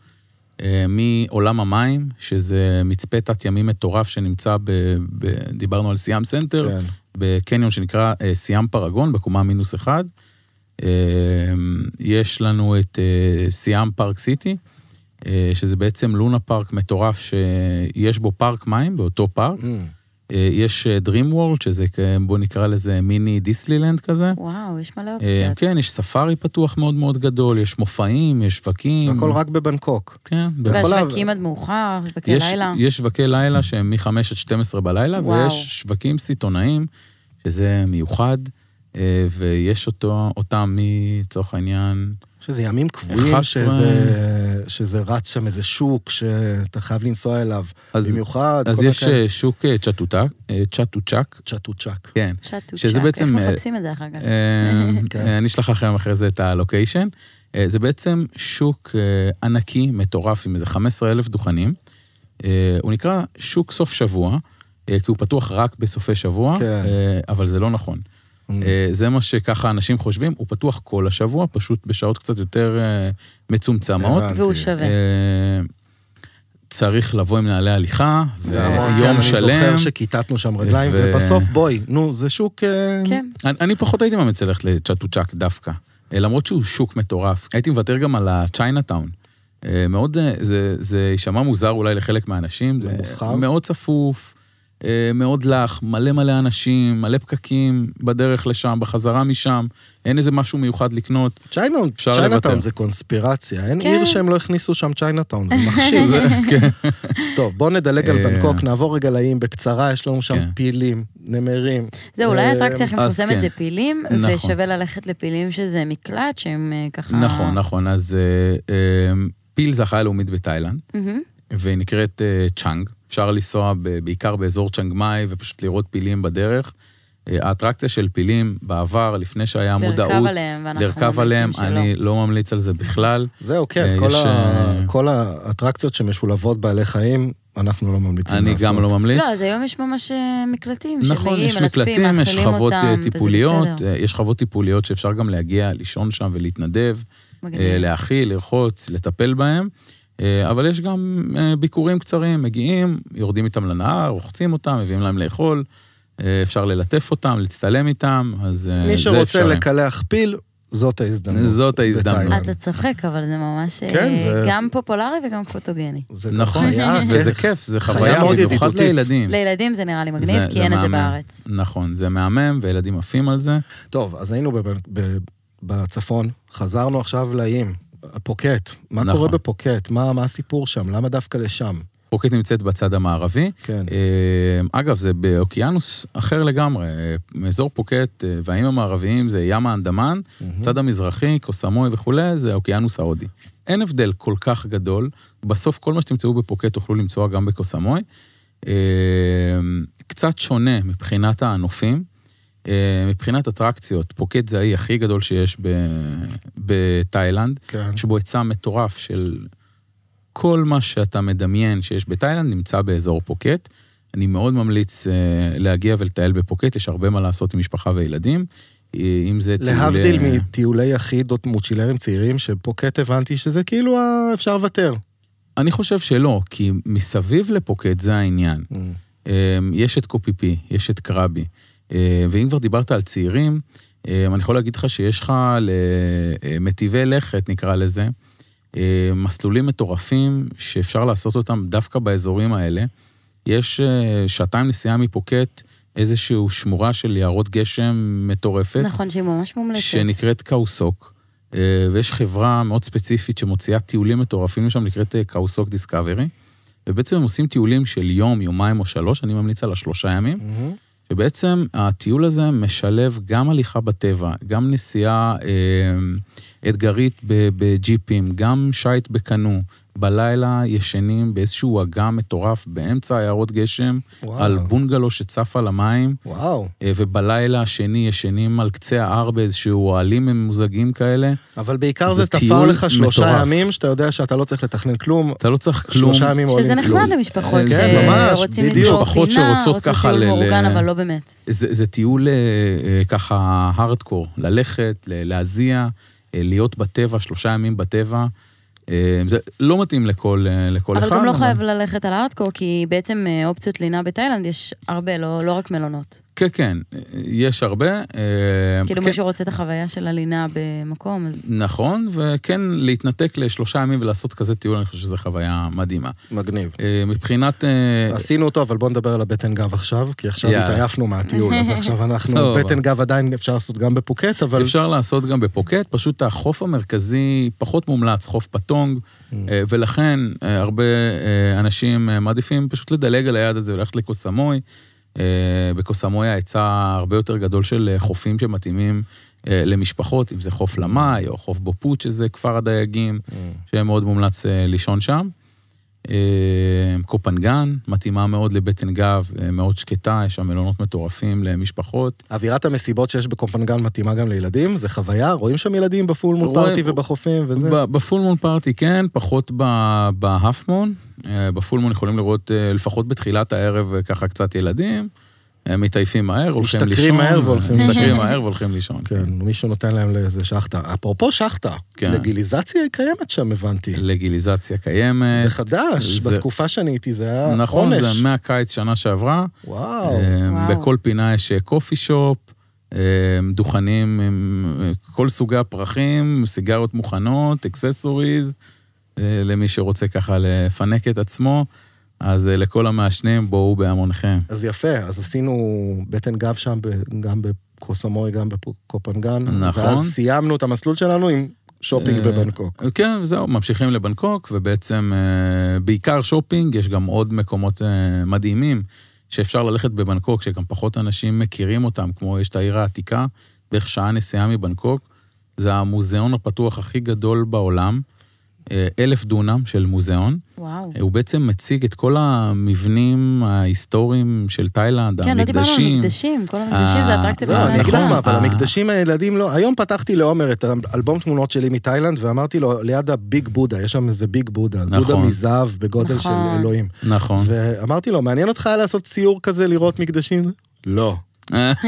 אה, מעולם המים, שזה מצפה תת-ימי מטורף שנמצא, ב, ב, דיברנו על סיאם סנטר, כן. כן. בקניון שנקרא אה, סיאם פרגון, בקומה מינוס אחד. אה, יש לנו את אה, סיאם פארק סיטי, אה, שזה בעצם לונה פארק מטורף, שיש בו פארק מים, באותו פארק. אה, יש אה, Dream World, שזה, כ- בוא נקרא לזה מיני דיסלילנד כזה. וואו, יש מלא אה, אופציות. כן, יש ספארי פתוח מאוד מאוד גדול, יש מופעים, יש שווקים. הכל רק בבנקוק. כן, בהחלט. יכול והשווקים עד מאוחר, בקי יש- לילה. יש שווקי לילה שהם מ-5 עד 12 בלילה, וואו. ויש שווקים סיטונאיים, שזה מיוחד, אה, ויש אותו, אותם מצורך העניין, שזה ימים קבועים, 11. שזה, שזה רץ שם איזה שוק שאתה חייב לנסוע אליו. אז- במיוחד. אז כל יש מיני כאלה. אה, שוק אה, צ'טוטק, אה, צ'טוצ'ק, צ'טוצ'ק. כן. שטו שזה צ'ק, בעצם, איך אה, מחפשים את זה אחר כך? אה, כן. אה, אני אשלח לכם אחרי זה את הלוקיישן. אה, זה בעצם שוק אה, ענקי, מטורף, עם איזה 15 אלף דוכנים. אה, הוא נקרא שוק סוף שבוע, אה, כי הוא פתוח רק בסופי שבוע, כן. Mm. אה, אבל זה לא נכון. אה, זה מה שככה אנשים חושבים, הוא פתוח כל השבוע, פשוט בשעות קצת יותר אה, מצומצמות. הבנתי. והוא שווה. אה, צריך לבוא עם נעלי הליכה, והמון, כן, ויום אני אה, שלם. זוכר שכיתתנו שם רגליים, ו- ובסוף בואי, נו, זה שוק... אה, כן. אני, אני פחות הייתי מאמץ ללכת לצ'טוצ'ק דווקא, אה, למרות שהוא שוק מטורף. הייתי מוותר גם על הצ'יינה טאון. אה, מאוד, אה, זה, זה יישמע מוזר אולי לחלק מהאנשים. זה מוסחר? מאוד צפוף, אה, מאוד לח, מלא מלא אנשים, מלא פקקים בדרך לשם, בחזרה משם, אין איזה משהו מיוחד לקנות. צ'יינה- אפשר צ'יינאטאון לוותר. זה קונספירציה, אין כן. עיר שהם לא הכניסו שם צ'יינאטאון, זה מחשיב. זה, כן. טוב, בוא נדלג על אה, בנקוק, נעבור רגע לאיים בקצרה, יש לנו שם כן. פילים, נמרים. זה אולי אה, האטרקציה הכי אז מפורסמת כן. זה פילים, נכון. ושווה ללכת לפילים שזה מקלט, שהם אה, ככה... נכון, נכון, אז אה, אה, פיל זה החיה הלאומית בתאילנד. מהמם. והיא נקראת אה, צ'אנג. אפשר לנסוע ב- בעיקר באזור צ'אנג מאי ופשוט לראות פילים בדרך. אה, האטרקציה של פילים בעבר, לפני שהיה לרכב מודעות, עליהם, ואנחנו לרכב ממליצים עליהם, שלא. אני לא ממליץ על זה בכלל. זהו, כן, אה, כל יש, ה- אה, כל האטרקציות שמשולבות בעלי חיים, אנחנו לא ממליצים אני לעשות. גם לא ממליץ. לא, אז היום יש ממש אה, מקלטים, נכון, שמגיעים, יש מלטפים, מקלטים, יש מאכילים חוות אה, אותם, וזה טיפוליות, בסדר. אה, יש חוות טיפוליות שאפשר גם להגיע, לישון שם ולהתנדב, מגניב. אה, להאכיל, לרחוץ, לטפל בהם. אה, אבל יש גם אה, ביקורים קצרים, מגיעים, יורדים איתם לנהר, רוחצים אותם, מביאים להם לאכול, אה, אפשר ללטף אותם, להצטלם איתם, אז אה, מי זה שרוצה אפשרי. לקלח פיל, זאת ההזדמנות. זאת ההזדמנות. בתאילנד. אתה צוחק, אבל זה ממש אה, כן, זה- גם פופולרי וגם פוטוגני. זה גם נכון, חיה, וזה כן. כיף, זה חיה חוויה, מאוד במיוחד ידידותית. לילדים. לילדים זה נראה לי לא, מגניב, זה- כי זה אין את זה מהמם. בארץ. נכון, זה מהמם, וילדים עפים על זה. טוב, אז היינו בב- ב- בצפון, חזרנו עכשיו לאיים. פוקט, מה נכון. קורה בפוקט? מה מה הסיפור שם? למה דווקא לשם? פוקט נמצאת בצד המערבי. כן. אה, אגב, זה באוקיינוס אחר לגמרי. אה, אזור פוקט אה, והאיים המערביים זה ים האנדמן, צד המזרחי, קוסמוי וכולי, זה האוקיינוס ההודי. אין הבדל כל כך גדול. בסוף כל מה שתמצאו בפוקט תוכלו למצוא גם בקוסמוי. אה, קצת שונה מבחינת הנופים. אה, מבחינת אטרקציות, פוקט זה האי הכי גדול שיש ב- בתאילנד, כן. יש בו היצע מטורף של כל מה שאתה מדמיין שיש בתאילנד נמצא באזור פוקט. אני מאוד ממליץ אה, להגיע ולטייל בפוקט, יש הרבה מה לעשות עם משפחה וילדים. אה, אם זה טיול... להבדיל אה, מטיולי יחיד או מוצ'ילרים צעירים, שפוקט הבנתי שזה כאילו ה- אפשר לוותר. אני חושב שלא, כי מסביב לפוקט זה העניין. אמ, יש את קופיפי, יש את קרבי. אמ, ואם כבר דיברת על צעירים, אמ, אני יכול להגיד לך שיש לך למטיבי לכת, נקרא לזה, אמ, מסלולים מטורפים שאפשר לעשות אותם דווקא באזורים האלה. יש אה, שעתיים נסיעה מפוקט, איזושהי שמורה של יערות גשם מטורפת. נכון שהיא ממש מומלצת. שנקראת קאוסוק, אה, ויש חברה מאוד ספציפית שמוציאה טיולים מטורפים שם, נקראת אה, קאוסוק דיסקאברי, ובעצם הם עושים טיולים של יום, יומיים או שלוש, אני ממליץ על השלושה ימים, שבעצם הטיול הזה משלב גם הליכה בטבע, גם נסיעה אה, אתגרית ב- בג'יפים, גם שיט בקנו. בלילה ישנים באיזשהו אגם מטורף באמצע עיירות גשם, וואו. על בונגלו שצף על המים. וואו. אה, ובלילה השני ישנים על קצה ההר באיזשהו אוהלים ממוזגים כאלה. אבל בעיקר זה זה תפר טיול לך שלושה מטורף. ימים, שאתה יודע שאתה לא צריך לתכנן כלום, אתה לא צריך כלום. שלושה ימים עולים. שזה נחמד כלום. למשפחות כן, ממש, שרוצים בדיוק. לצבור משפחות פינה, שרוצות רוצות ככה טיול ל- מאורגן, ל- אבל לא באמת. זה, זה טיול אה, אה, ככה הארדקור, ללכת, ל- להזיע, אה, להיות בטבע, שלושה ימים בטבע. אה, זה לא מתאים לכל, אה, לכל אבל אחד. גם לא חייב ללכת על הארדקור, כי בעצם אה, אופציות לינה בתאילנד יש הרבה, לא לא רק מלונות. כן, כן, אה, יש הרבה. אה, כאילו כן, מישהו רוצה את החוויה של הלינה במקום, אז נכון, וכן, להתנתק לשלושה ימים ולעשות כזה טיול, אני חושב שזו חוויה מדהימה. מגניב. אה, מבחינת... אה, עשינו אותו, אבל בואו נדבר על הבטן גב עכשיו, כי עכשיו יאללה. התעייפנו מהטיול, אז עכשיו אנחנו, סבבה. בטן גב עדיין אפשר לעשות גם בפוקט, אבל... אפשר לעשות גם בפוקט, פשוט החוף המרכזי פחות מומלץ, חוף פטונג, אה, ולכן אה, הרבה אה, אנשים אה, מעדיפים פשוט לדלג על היעד הזה וללכת לקוסמוי. אה, בקוסמוי ההיצע הרבה יותר גדול של אה, חופים שמתאימים אה, למשפחות, אם זה חוף למאי או חוף בופוט, שזה כפר הדייגים, שמאוד מומלץ אה, לישון שם. אה, קופנגן, מתאימה מאוד לבטן גב, אה, מאוד שקטה, יש שם מלונות מטורפים למשפחות. אווירת המסיבות שיש בקומפנגן מתאימה גם לילדים, זה חוויה, רואים שם ילדים בפול מול רואים- פארטי ובחופים וזה. ב- בפול מון פארטי כן, פחות ב- בהאפמון. אה, בפול מון יכולים לראות אה, לפחות בתחילת הערב אה, ככה קצת ילדים, אה, מתעייפים מהר, הולכים לישון. משתכרים מהר והולכים אה, לישון. משתכרים מהר והולכים לישון. כן, מישהו נותן להם לאיזה שחטה. אפרופו שחטה, כן. לגיליזציה היא קיימת שם, הבנתי. לגיליזציה זה קיימת. חדש, זה- בתקופה שאני הייתי זה היה עונש. נכון, זה מהקיץ שנה שעברה. וואו. אה, וואו. בכל פינה יש אה, קופי שופ, אה, דוכנים עם אה, כל סוגי הפרחים, סיגריות מוכנות, אקססוריז, אה, למי שרוצה ככה לפנק את עצמו. אז אה, לכל המעשנים, בואו בהמונכם. אז יפה, אז עשינו בטן גב שם, ב- גם בקוסמוי, גם בקופנגן. נכון. ואז סיימנו את המסלול שלנו עם שופינג אה, בבנקוק. כן, זהו, ממשיכים לבנקוק, ובעצם אה, בעיקר שופינג, יש גם עוד מקומות אה, מדהימים שאפשר ללכת בבנקוק, שגם פחות אנשים מכירים אותם, כמו יש את העיר העתיקה, בערך שעה נסיעה מבנקוק. זה המוזיאון הפתוח הכי גדול בעולם, אה, אלף דונם של מוזיאון. וואו. הוא בעצם מציג את כל המבנים ההיסטוריים של תאילנד, כן, לא דיברנו על המקדשים. מקדשים, כל המקדשים זה אה, אטרקציה. זהו, זה לא, אני אגיד לך נכון. מה, אבל אה. המקדשים הילדים לא... היום פתחתי לעומר את האלבום תמונות שלי מתאילנד, ואמרתי לו, ליד הביג בודה, יש שם איזה ביג בודה, דודה נכון. מזהב בגודל של נכון. אלוהים. נכון. ואמרתי לו, מעניין אותך לעשות סיור כזה, לראות מקדשים? לא.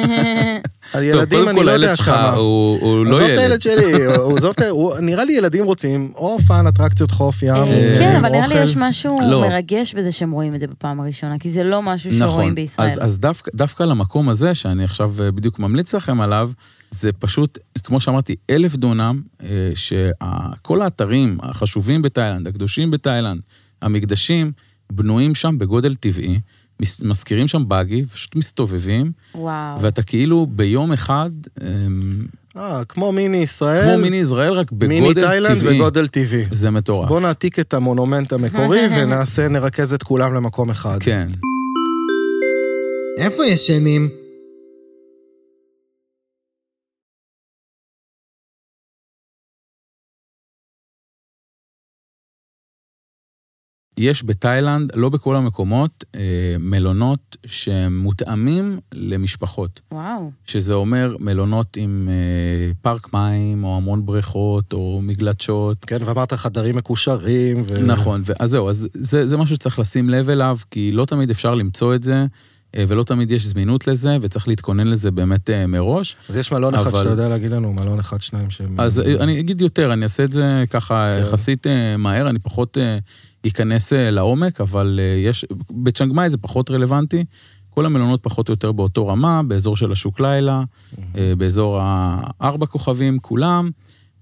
על ילדים טוב, אני קודם כל לא יודע הילד שלך כמה. הוא הוא לא ילד. עזוב את הילד שלי, הוא- הוא עזוב את ה... הוא- נראה לי ילדים רוצים או פאן, אטרקציות חוף, ים, אה, כן, אבל נראה לי אוכל. יש משהו לא. מרגש בזה שהם רואים את זה בפעם הראשונה, כי זה לא משהו שרואים בישראל. נכון, אז, אז דווקא, דווקא למקום הזה, שאני עכשיו אה, בדיוק ממליץ לכם עליו, זה פשוט, כמו שאמרתי, אלף דונם, אה, שכל האתרים החשובים בתאילנד, הקדושים בתאילנד, המקדשים, בנויים שם בגודל טבעי, מס- מזכירים שם באגי, פשוט מסתובבים, וואו. ואתה כאילו ביום אחד... אמ, אה, כמו מיני ישראל, כמו מיני ישראל, רק מיני בגודל תאילנד טבעי. בגודל טבעי. זה מטורף. בוא נעתיק את המונומנט המקורי ונעשה, נרכז את כולם למקום אחד. כן. איפה ישנים? יש בתאילנד, לא בכל המקומות, אה, מלונות שהם מותאמים למשפחות. וואו. שזה אומר מלונות עם אה, פארק מים, או המון בריכות, או מגלצ'ות. כן, ואמרת חדרים מקושרים. ו... נכון, אז זהו, אז זה, זה משהו שצריך לשים לב אליו, כי לא תמיד אפשר למצוא את זה, אה, ולא תמיד יש זמינות לזה, וצריך להתכונן לזה באמת אה, מראש. אז יש מלון אחד אבל- שאתה יודע להגיד לנו, מלון אחד, שניים שהם... אז אה, אני אגיד יותר, אני אעשה את זה ככה כן. יחסית אה, מהר, אני פחות אה, אכנס אה, לעומק, אבל אה, יש, בצ'נג מאי זה פחות רלוונטי. כל המלונות פחות או יותר באותו רמה, באזור של השוק לילה, אה, באזור הארבע כוכבים כולם,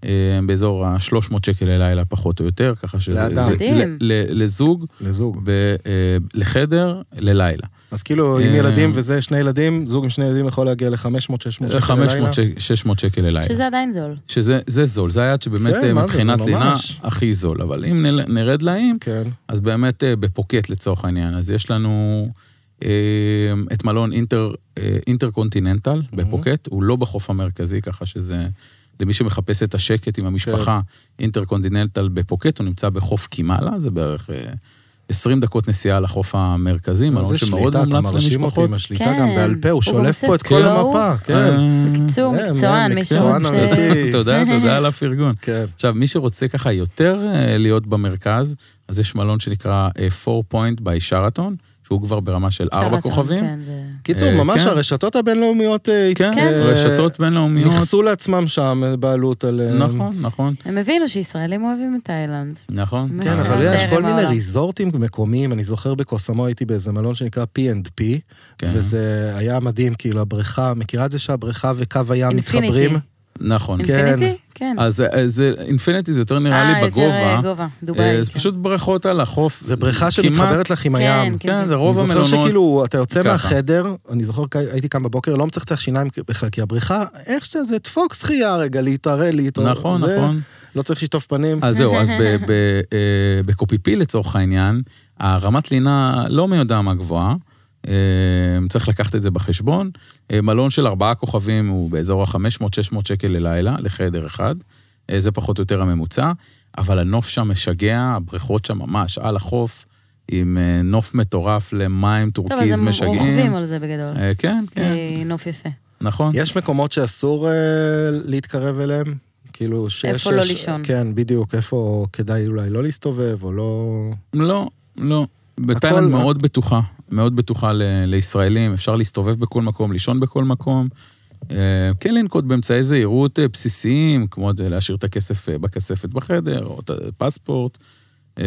אה, באזור ה-300 שקל ללילה פחות או יותר, ככה שזה... לאדם. זה- מדהים. ל- ל- לזוג, לזוג. ב, אה, לחדר, ללילה. אז כאילו, עם אה, ילדים וזה, שני ילדים, זוג עם שני ילדים יכול להגיע ל-500-600 שקל 500, שק- 600 שקל ללילה. שזה עדיין זול. שזה זה זול, זה היעד שבאמת כן, אה, מה זה, זה מבחינת לינה ממש. הכי זול. אבל אם נל- נרד לאים, כן. אז באמת אה, בפוקט לצורך העניין. אז יש לנו אה, את מלון אינטר, אה, אינטרקונטיננטל Mhm. בפוקט, הוא לא בחוף המרכזי, ככה שזה... למי שמחפש את השקט עם המשפחה, כן. אינטרקונטיננטל בפוקט, הוא נמצא בחוף קימאלה, זה בערך אה, 20 דקות נסיעה לחוף המרכזי, מלון זה שמאוד שליטה, אתה מומלץ מרשים אותי למשפחות. עם השליטה כן. גם בעל פה, הוא הוא שולף גם פה את עושה כל flow. המפה, כן. אה, בקיצור, אה, מקצוען, מי מקצוען שרוצה... אמיתי. תודה, תודה על הפרגון. כן. עכשיו, מי שרוצה ככה יותר אה, להיות במרכז, אז יש מלון שנקרא אה, Four Point by שרתון, שהוא כבר ברמה של ארבע שרתון, כוכבים. כן, זה- קיצור, אה, ממש כן. הרשתות הבינלאומיות... אה, כן, כן. אה, רשתות בינלאומיות. נכסו לעצמם שם אה, בעלות על... אה, נכון, נכון, הם הבינו שישראלים אוהבים את תאילנד. נכון. כן, אבל אה, יש זרם כל מיני העולם. ריזורטים מקומיים, אני זוכר בקוסומו הייתי באיזה מלון שנקרא P&P, כן. וזה היה מדהים, כאילו הבריכה, מכירה את זה שהבריכה וקו הים Infinity. מתחברים? נכון. כן. אינפיניטי? כן. אז אה, זה, אינפיניטי זה יותר נראה לי אה, יותר בגובה. אה, גובה, אה, דובאי. זה כן. פשוט בריכות על החוף. זה בריכה כמעט- שמתחברת לך עם הים. כן, כן, זה רוב אני זוכר המלונות. שכאילו, אתה יוצא ככה. מהחדר, אני זוכר, כ- הייתי קם בבוקר, לא מצחצח שיניים בכלל, כי הבריכה, איך שזה, דפוק שחייה רגע, להתערל, להתערל. נכון, זה, נכון. לא צריך לשטוף פנים. אז זהו, אז ב- ב- אה, בקופיפי לצורך העניין, הרמת לינה לא מי יודע מה גבוהה, אה, צריך לקחת את זה בחשבון. אה, מלון של ארבעה כוכבים הוא באזור ה-500-600 שקל ללילה, לחדר אחד, אה, זה פחות או יותר הממוצע, אבל הנוף שם משגע, הבריכות שם ממש על החוף, עם אה, נוף מטורף למים טוב, אז טורקיז הם משגעים. רוכבים על זה בגדול. אה, כן, כן, נוף יפה. אה, נכון. יש מקומות שאסור אה, להתקרב אליהם? כאילו, שיש... איפה לא שיש- לישון. כן, בדיוק, איפה כדאי אולי לא להסתובב, או לא... לא, לא. בתאילנד מה? מאוד בטוחה, מאוד בטוחה ל- לישראלים, אפשר להסתובב בכל מקום, לישון בכל מקום. אה, כן לנקוט באמצעי זהירות אה, בסיסיים, כמו אה, להשאיר את הכסף אה, בכספת בחדר, או את הפספורט, אה,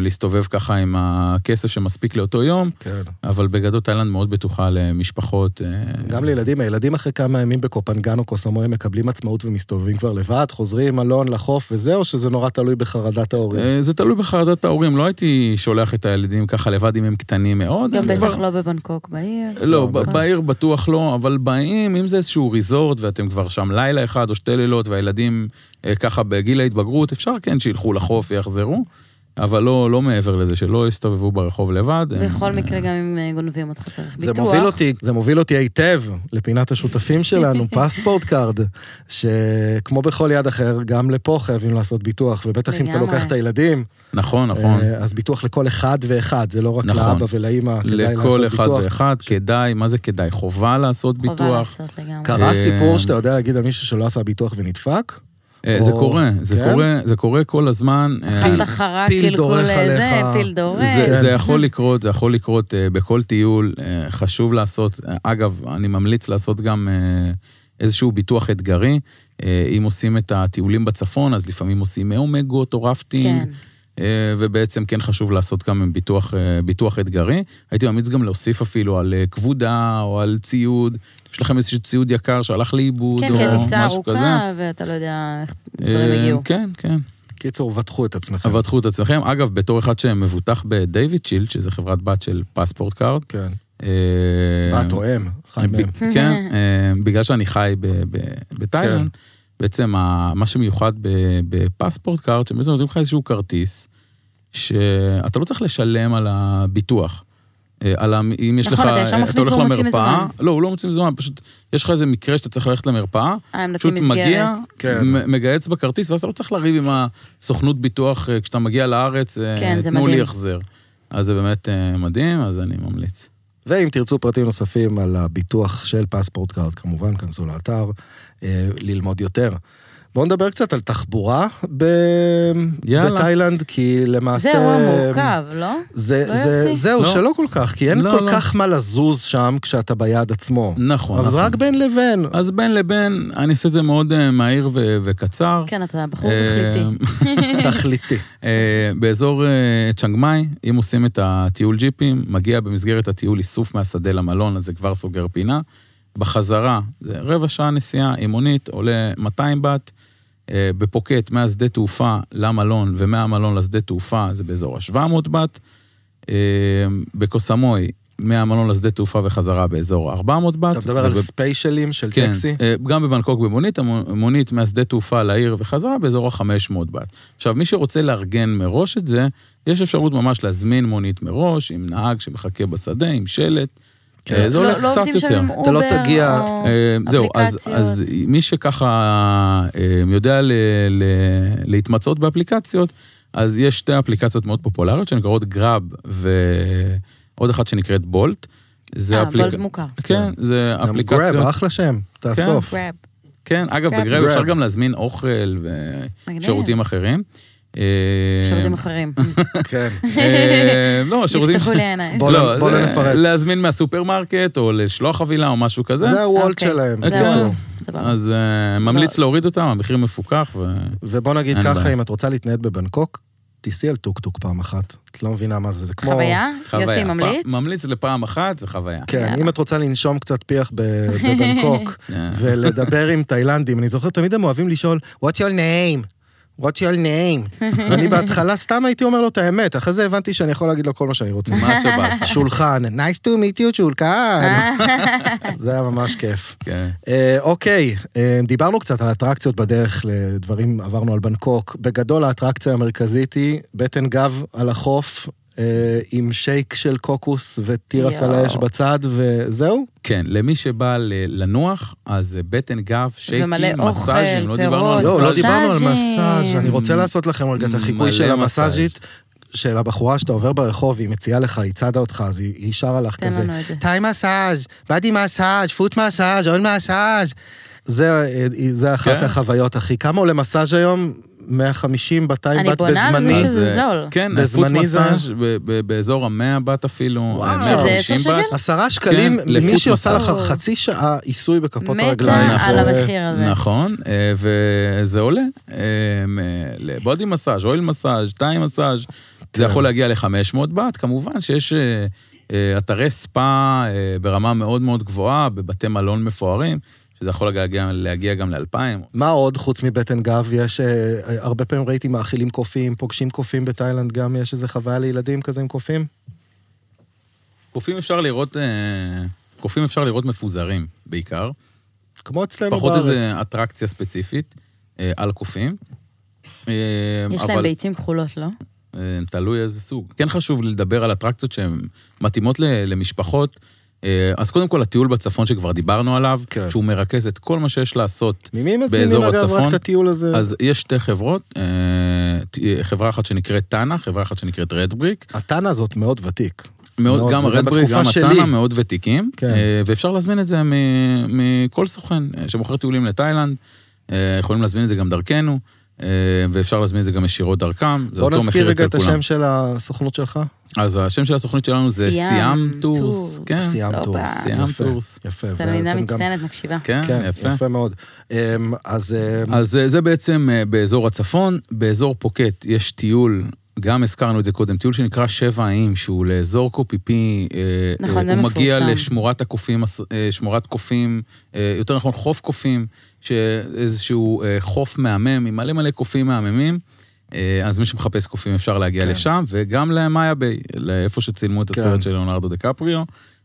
להסתובב ככה עם הכסף שמספיק לאותו יום, כן. אבל בגדול תאילנד מאוד בטוחה למשפחות. אה, גם לילדים, הילדים אחרי כמה ימים בקופנגן או קוסומו הם מקבלים עצמאות ומסתובבים כבר לבד, חוזרים מלון לחוף וזה, או שזה נורא תלוי בחרדת ההורים? אה, זה תלוי בחרדת ההורים, לא הייתי שולח את הילדים ככה לבד אם הם קטנים מאוד. גם אבל- אה. בטח לא בבנקוק בעיר. לא, ב- נכון. בעיר בטוח לא, אבל באים, אם זה איזשהו ריזורט ואתם כבר שם לילה אחד או שתי לילות והילדים אה, ככה בגיל ההתבגרות, אפשר כן שילכו לחוף ויחזרו, אבל לא, לא מעבר לזה, שלא יסתובבו ברחוב לבד. הם- בכל מקרה, גם אם אה, גונבים אותך צריך זה ביטוח. מוביל אותי, זה מוביל אותי היטב לפינת השותפים שלנו, פספורט קארד, שכמו בכל יד אחר, גם לפה חייבים לעשות ביטוח, ובטח אם אתה לגמרי. לוקח את הילדים, נכון, נכון. אה, אז ביטוח לכל אחד ואחד, זה לא רק נכון. לאבא ולאימא, כדאי לעשות לכל אחד ביטוח. ואחד, כדאי, מה זה כדאי? חובה לעשות חובה ביטוח. לעשות לגמרי. קרה אה, סיפור שאתה יודע להגיד על מישהו שלא עשה ביטוח ונדפק? אה, זה או- קורה, זה כן? קורה, זה קורה כל הזמן. אה, אחת אחרה, פיל קלקול דורך אה, זה, עליך. פיל דורך. זה, כן. זה יכול לקרות, זה יכול לקרות אה, בכל טיול, אה, חשוב לעשות, אה, אגב, אני ממליץ לעשות גם אה, איזשהו ביטוח אתגרי. אה, אם עושים את הטיולים בצפון, אז לפעמים עושים אומגות או רפטינג, כן. אה, ובעצם כן חשוב לעשות גם ביטוח, אה, ביטוח אתגרי. הייתי ממליץ גם להוסיף אפילו על אה, כבודה או על ציוד, יש לכם איזשהו ציוד יקר שהלך לאיבוד כן, או כן, טיסה משהו כזה. ארוכה, ואתה לא יודע איך אה, דברים הגיעו. כן, כן. קיצור, בטחו את עצמכם. אבל תחו את עצמכם. אגב, בתור אחד שמבוטח בדייוויד שילד, שזה חברת בת של פספורט קארד, כן. אה, אה, תואם, אחד מהם. כן. ב- כן, אה, בגלל שאני חי ב- ב- בתאילנד, כן. בעצם ה- מה שמיוחד ב- בפספורט קארט, שבעצם נותנים לך איזשהו כרטיס, שאתה לא צריך לשלם על הביטוח. אה, על ה... אם יש לך... נכון, אתה ישר אה, מכניס בו, מוציא מזומן. לא, הוא לא מוציא מזומן, פשוט יש לך איזה מקרה שאתה צריך ללכת למרפאה, אה, הם פשוט נותנים מגיע, מסגרת. כן. מ- מגהץ בכרטיס, ואז אתה לא צריך לריב עם הסוכנות ביטוח אה, כשאתה מגיע לארץ, אה, כן, זה תנו לי מדהים. החזר. אז זה באמת אה, מדהים, אז אני ממליץ. ואם תרצו פרטים נוספים על הביטוח של פספורט קארד, כמובן, כנסו לאתר אה, ללמוד יותר. בואו נדבר קצת על תחבורה ב... יאללה. בתאילנד, כי למעשה... זהו המורכב, לא? זה, לא זה, יוסי? זהו, לא. שלא כל כך, כי אין לא, כל לא. כך מה לזוז שם כשאתה ביד עצמו. נכון. אבל זה נכון. רק בין לבין. אז בין לבין, אני אעשה את זה מאוד אה, מהיר ו- וקצר. כן, אתה בחור אה, החליטי. תכליתי. אה, באזור אה, צ'אנג מאי, אם עושים את הטיול ג'יפים, מגיע במסגרת הטיול איסוף מהשדה למלון, אז זה כבר סוגר פינה. בחזרה, זה רבע שעה נסיעה עם מונית, עולה 200 בת. אה, בפוקט מהשדה תעופה למלון ומהמלון לשדה תעופה, זה באזור ה-700 בת. אה, בקוסמוי, מהמלון לשדה תעופה וחזרה באזור ה-400 בת. אתה מדבר על וב- ספיישלים של כן, טקסי? אה, גם בבנקוק במונית, המו- מונית מהשדה תעופה לעיר וחזרה באזור ה-500 בת. עכשיו, מי שרוצה לארגן מראש את זה, יש אפשרות ממש להזמין מונית מראש, עם נהג שמחכה בשדה, עם שלט. כן. אה, זה לא- עולה לא קצת עובדים שם יותר. עם אתה לא אובר תגיע- או אה, זהו, אז, אפליקציות. אז מי שככה אה, יודע ל, ל, להתמצאות באפליקציות, אז יש שתי אפליקציות מאוד פופולריות שנקראות גראב ועוד אחת שנקראת בולט. זה אה, אפליק- בולט מוכר. כן, זה גם גראב, אפליקציות. אחלה שם, תאסוף. גראב. כן, אגב, גראב. בגרב גראב. אפשר גם להזמין אוכל מגניב. ושירותים אחרים. אה, שירותים אחרים. כן. אה, לא, שירותים... נפתחו לי העיניים. בוא לא, נ- בוא זה- לא נפרט. להזמין מהסופרמרקט, או לשלוח חבילה, או משהו כזה. זה הוולט אוקיי. שלהם, זה כן. בקיצור. הוולט, סבבה. אז אה, לא. ממליץ להוריד אותם, המחיר מפוקח, ו... ובוא נגיד אין ככה, בעיה. אם את רוצה להתנייד בבנקוק, תיסעי על טוקטוק פעם אחת. את לא מבינה מה זה, זה כמו... חוויה? חוויה. יוסי ממליץ? פ- ממליץ לפעם אחת, זה חוויה. כן, יאללה. אם את רוצה לנשום קצת פיח ב- בבנקוק אה. ולדבר עם תאילנדים, אני זוכר, תמיד הם אוהבים לשאול, What's your name? What's your name? אני בהתחלה סתם הייתי אומר לו את האמת, אחרי זה הבנתי שאני יכול להגיד לו כל מה שאני רוצה. מה שבא. שולחן, nice to meet you, שולחן. זה היה ממש כיף. כן. אה, אוקיי, אה, דיברנו קצת על אטרקציות בדרך לדברים, עברנו על בנקוק. בגדול האטרקציה המרכזית היא בטן גב על החוף, אה, עם שייק של קוקוס ותירס יואו. על האש בצד, וזהו. כן, למי שבא ל- לנוח, אז אה, בטן גב, שייקים, ומלא אוכל, מסאז'ים, לא דיברנו פירות, על לא, לא מסאז'ים. דיברנו על מסאז'ים. מסאז', אני רוצה לעשות לכם רגע את החיקוי Mm. מלא של המסאז'ית. מסאז'. של הבחורה שאתה עובר ברחוב, היא מציעה לך, היא צדה אותך, אז היא היא שרה לך תן כזה. לנו את זה. תאי מסאז', באדי מסאז', פוט מסאז', עוד מסאז'. זה, אה, זה אחת כן. החוויות, אחי. כמה עולה מסאז' היום? 150, 200 אני בת בונה על זה בזמני. שזה- אה, זול. כן, בזמני בזמני זה- זה... ב- ב- באזור המאה בת אפילו, אה, שזה 150 עשר בת. שקל? עשרה שקלים, כן, למי לפוט שעושה לך מסאז'. חצי שעה עיסוי בכפות מתה הרגליים. על זה- המחיר הזה. כן, נכון, אה, וזה עולה. אה, אה, לבודי מסאז', אויל מסאז', טיים מסאז', כן. זה יכול להגיע ל-500 בת. כמובן שיש אה, אה, אתרי ספא אה, ברמה מאוד מאוד גבוהה, בבתי מלון מפוארים, שזה יכול להגיע- להגיע גם ל-2,000. מה עוד חוץ מבטן גב? יש, אה, אה, הרבה פעמים ראיתי מאכילים קופים, פוגשים קופים בתאילנד, גם יש איזה חוויה לילדים כזה עם קופים? קופים אפשר לראות... אה, קופים אפשר לראות מפוזרים בעיקר. כמו אצלנו פחות בארץ. איזה אטרקציה ספציפית אה, על קופים. אה, יש אבל- להם ביצים כחולות, לא? אה, תלוי איזה סוג. כן חשוב לדבר על אטרקציות שהן מתאימות ל- למשפחות. אה, אז קודם כל, הטיול בצפון שכבר דיברנו עליו, כן. שהוא מרכז את כל מה שיש לעשות ממי מזמינים באזור אגב רק הצפון. את הטיול הזה? אז יש שתי חברות, אה, ת- חברה אחת שנקראת טאנה, חברה אחת שנקראת רדבריק. הטאנה הזאת מאוד ותיק. מאוד, גם זה הרדבריק, גם בתקופה הטאנה שלי. מאוד ותיקים, כן. אה, ואפשר להזמין את זה מ- מכל סוכן אה, שמוכר טיולים לתאילנד, אה, יכולים להזמין את זה גם דרכנו, אה, ואפשר להזמין את זה גם ישירות דרכם, זה בוא אותו נזכיר מחיר רגע אצל את כולם. השם של הסוכנות שלך. אז השם של הסוכנית שלנו זה סיאם סיאם טורס. טורס. כן, סיאם הופה. טורס. סיאם יפה, טורס. יפה. תלמידה ואתם גם- מצטיינת, מקשיבה. כן, כן, יפה. יפה מאוד. אמ, אז אמ, אז אה, זה בעצם אה, באזור הצפון, באזור פוקט יש טיול. גם הזכרנו את זה קודם, טיול שנקרא שבע אים, שהוא לאזור קופיפי, אה, נכון, אה, זה הוא מגיע מפורסם. לשמורת הקופים, הס- אה, שמורת קופים, אה, יותר נכון חוף קופים, שאיזשהו אה, חוף מהמם, עם מלא מלא קופים מהממים, אה, אז מי שמחפש כן. קופים אפשר להגיע לשם, וגם למאיה ביי, לאיפה שצילמו את כן. הסרט של ליאונרדו דקפריו,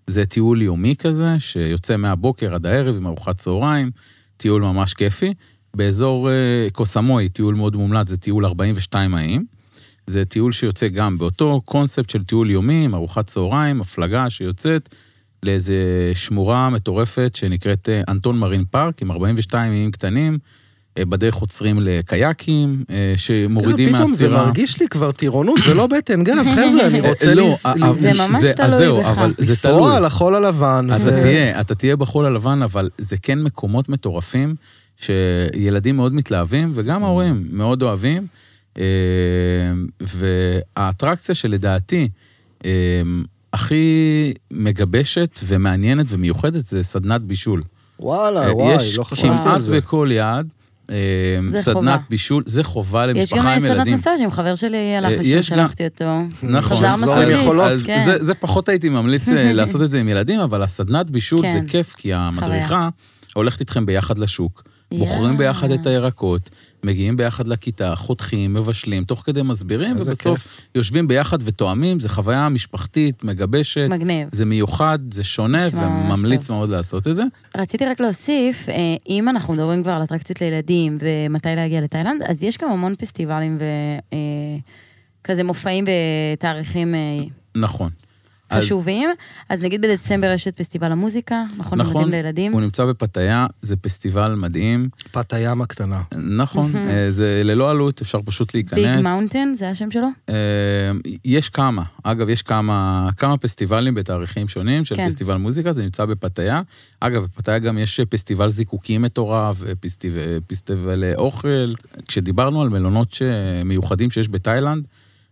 זה טיול יומי כזה, שיוצא מהבוקר עד הערב עם ארוחת צהריים, טיול ממש כיפי. באזור אה, קוסמוי, טיול מאוד מומלץ, זה טיול 42 האיים. זה טיול שיוצא גם באותו קונספט של טיול יומי, עם ארוחת צהריים, הפלגה שיוצאת לאיזה שמורה מטורפת שנקראת אה, אנטון מרין פארק, עם 42 איים קטנים. אה, בדרך עוצרים לקייקים, אה, שמורידים כאילו, פתאום זה מהסירה. מרגיש לי כבר טירונות ולא בטן גב, חבר'ה, אני רוצה אה, לא, לס- אבל זה ממש אז תלוי זהו, בך. אבל זה לנסוע תלוי. על החול הלבן. אתה ו- תהיה, אתה תהיה בחול הלבן, אבל זה כן מקומות מטורפים שילדים מאוד מתלהבים, Mm. וגם ההורים מאוד אוהבים. אה, והאטרקציה שלדעתי אה, הכי מגבשת ומעניינת ומיוחדת זה סדנת בישול. וואלה, אה, וואי, יש לא חשבתי על כמעט זה. בכל יעד אה, זה חובה. סדנת בישול, זה חובה יש גם למשפחה עם סדנת ילדים. מסאז'ים, חבר שלי הלך אה, לשם, יש גם- שלחתי אותו. נכון. חזר לחזור אז- על יכולות. אז מסאז'יסט, כן. זה- זה פחות הייתי ממליץ אה, לעשות את זה עם ילדים, אבל הסדנת בישול זה כן. כיף, כי המדריכה הולכת איתכם ביחד לשוק, יאה. בוחרים ביחד את הירקות, מגיעים ביחד לכיתה, חותכים, מבשלים, תוך כדי מסבירים, איזה ובסוף יושבים ביחד ותואמים, זו חוויה משפחתית, מגבשת. מגניב. זה מיוחד, זה שונה, נשמע ממש וממליץ מאוד לעשות את זה. רציתי רק להוסיף, אה, אם אנחנו מדברים כבר על אטרקציות לילדים ומתי להגיע לתאילנד, אז יש גם המון פסטיבלים וכזה מופעים בתאריכים אה, נכון. אז- חשובים. אז נגיד בדצמבר יש את פסטיבל המוזיקה, נכון? נכון. לילדים. הוא נמצא בפתאיה, זה פסטיבל מדהים. פת הים הקטנה. נכון, אה, זה ללא עלות, אפשר פשוט להיכנס. ביג מאונטן, זה השם שלו? אה, יש כמה, אגב, יש כמה, כמה פסטיבלים בתאריכים שונים של כן. כן. פסטיבל מוזיקה, זה נמצא בפתאיה. אגב, בפתאיה גם יש פסטיבל זיקוקים מטורף, פסטיב, פסטיבל אוכל. כשדיברנו על מלונות ש- מיוחדים שיש בתאילנד,